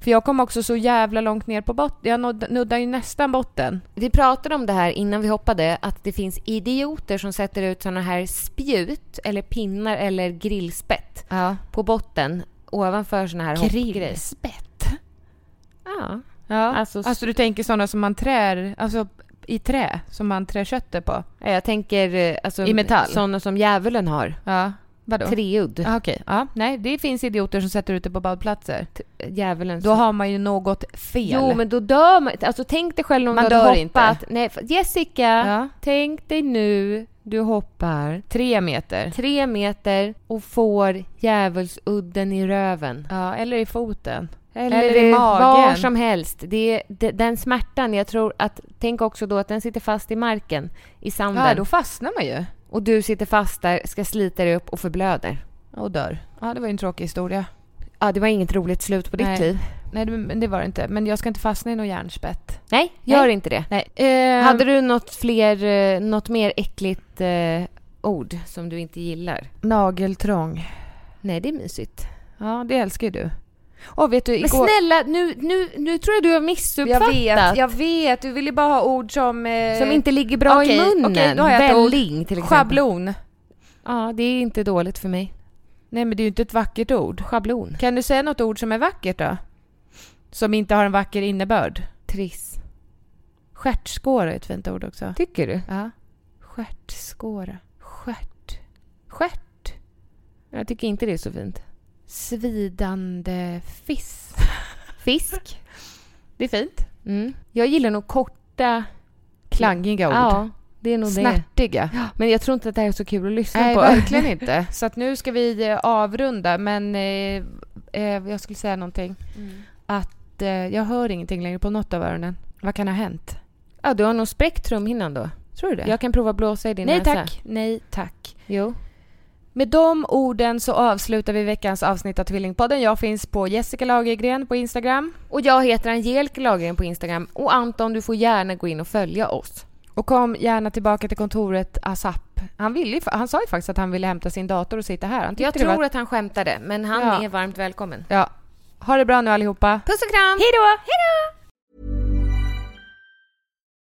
Speaker 2: För jag kom också så jävla långt ner på botten. Jag nudd, nuddade ju nästan botten.
Speaker 3: Vi pratade om det här innan vi hoppade, att det finns idioter som sätter ut såna här spjut eller pinnar eller grillspett
Speaker 2: Ja.
Speaker 3: på botten ovanför såna här hoppgrejer.
Speaker 2: Grillspett.
Speaker 3: Ja.
Speaker 2: Ja.
Speaker 3: Alltså-
Speaker 2: Alltså, du tänker sådana som man trär, alltså i trä, som man trär köttet på.
Speaker 3: Nej, Jag tänker eh, alltså,
Speaker 2: I metall?
Speaker 3: såna som djävulen har.
Speaker 2: Ja. Vadå?
Speaker 3: Treudd.
Speaker 2: Ja, Okej. Ja, nej, det finns idioter som sätter ut det på badplatser.
Speaker 3: Djävulen.
Speaker 2: Då har man ju något fel.
Speaker 3: Jo, men då dör man. Alltså tänk dig själv om
Speaker 2: Man
Speaker 3: du hade
Speaker 2: dör
Speaker 3: hoppat.
Speaker 2: inte.
Speaker 3: Nej, för- Jessica,
Speaker 2: Ja.
Speaker 3: tänk dig nu du hoppar
Speaker 2: Tre meter.
Speaker 3: tre meter och får djävulsudden i röven.
Speaker 2: Ja, eller i foten.
Speaker 3: Eller,
Speaker 2: Eller i magen.
Speaker 3: var som helst. Det är, de- den smärtan, jag tror att... Tänk också då att den sitter fast i marken, i sanden.
Speaker 2: Ja, då fastnar man ju.
Speaker 3: Och du sitter fast där, ska slita dig upp och förblöder.
Speaker 2: Och dör. Ja, det var ju en tråkig historia.
Speaker 3: Ja, det var inget roligt slut på ditt
Speaker 2: Nej.
Speaker 3: liv.
Speaker 2: Nej, det, men det var det inte. Men jag ska inte fastna i något hjärnspett.
Speaker 3: Nej, gör inte det.
Speaker 2: Nej. Eh,
Speaker 3: Hade du något, fler, eh, något mer äckligt eh, ord som du inte gillar?
Speaker 2: Nageltrång.
Speaker 3: Nej, det är mysigt.
Speaker 2: Ja, det älskar ju du. Och vet du,
Speaker 3: Men
Speaker 2: igår...
Speaker 3: snälla, nu, nu, nu tror jag du har missuppfattat.
Speaker 2: jag vet. Du ville bara ha ord som... Eh,
Speaker 3: Som inte ligger bra
Speaker 2: Okej,
Speaker 3: i munnen.
Speaker 2: okej, då har jag ett ord.
Speaker 3: Välling till exempel.
Speaker 2: Schablon.
Speaker 3: Ja, det är inte dåligt för mig.
Speaker 2: Nej, men det är ju inte ett vackert ord.
Speaker 3: Schablon.
Speaker 2: Kan du säga något ord som är vackert då?
Speaker 3: Som inte har en vacker innebörd.
Speaker 9: Triss.
Speaker 3: Stjärtskåra är ett fint ord också.
Speaker 9: Tycker du?
Speaker 3: Ja. Stjärtskåra. Stjärt. Stjärt.
Speaker 9: Jag tycker inte det är så fint.
Speaker 3: Svidande fisk.
Speaker 9: Fisk. Det är fint.
Speaker 3: Mm.
Speaker 9: Jag gillar nog korta,
Speaker 3: Klangiga ord.
Speaker 9: ja, det är nog det.
Speaker 3: Snärtiga.
Speaker 9: Men jag tror inte att det här är så kul att lyssna
Speaker 3: Nej,
Speaker 9: på.
Speaker 3: verkligen inte. Så att nu ska vi eh, avrunda, men eh, eh, jag skulle säga någonting. Att eh, jag hör ingenting längre på något av öronen. Vad kan ha hänt?
Speaker 9: Ja, du har nog spräckt trumhinnan då.
Speaker 3: Tror du det?
Speaker 9: Jag kan prova att blåsa i din
Speaker 3: Nej
Speaker 9: näsa.
Speaker 3: tack, nej tack.
Speaker 9: Jo.
Speaker 3: Med de orden så avslutar vi veckans avsnitt av Tvillingpodden. Jag finns på Jessica Lagergren på Instagram.
Speaker 9: Och jag heter Angelica Lagergren på Instagram. Och Anton, du får gärna gå in och följa oss.
Speaker 3: Och kom gärna tillbaka till kontoret ASAP. Han, ville, ju- han sa ju faktiskt att han ville hämta sin dator och sitta här. Han tyckte
Speaker 9: Jag
Speaker 3: det
Speaker 9: tror
Speaker 3: var...
Speaker 9: att han skämtade, men han
Speaker 3: Ja.
Speaker 9: är varmt välkommen.
Speaker 3: Ja. Ha det bra nu allihopa.
Speaker 9: Puss och kram!
Speaker 3: Hej då!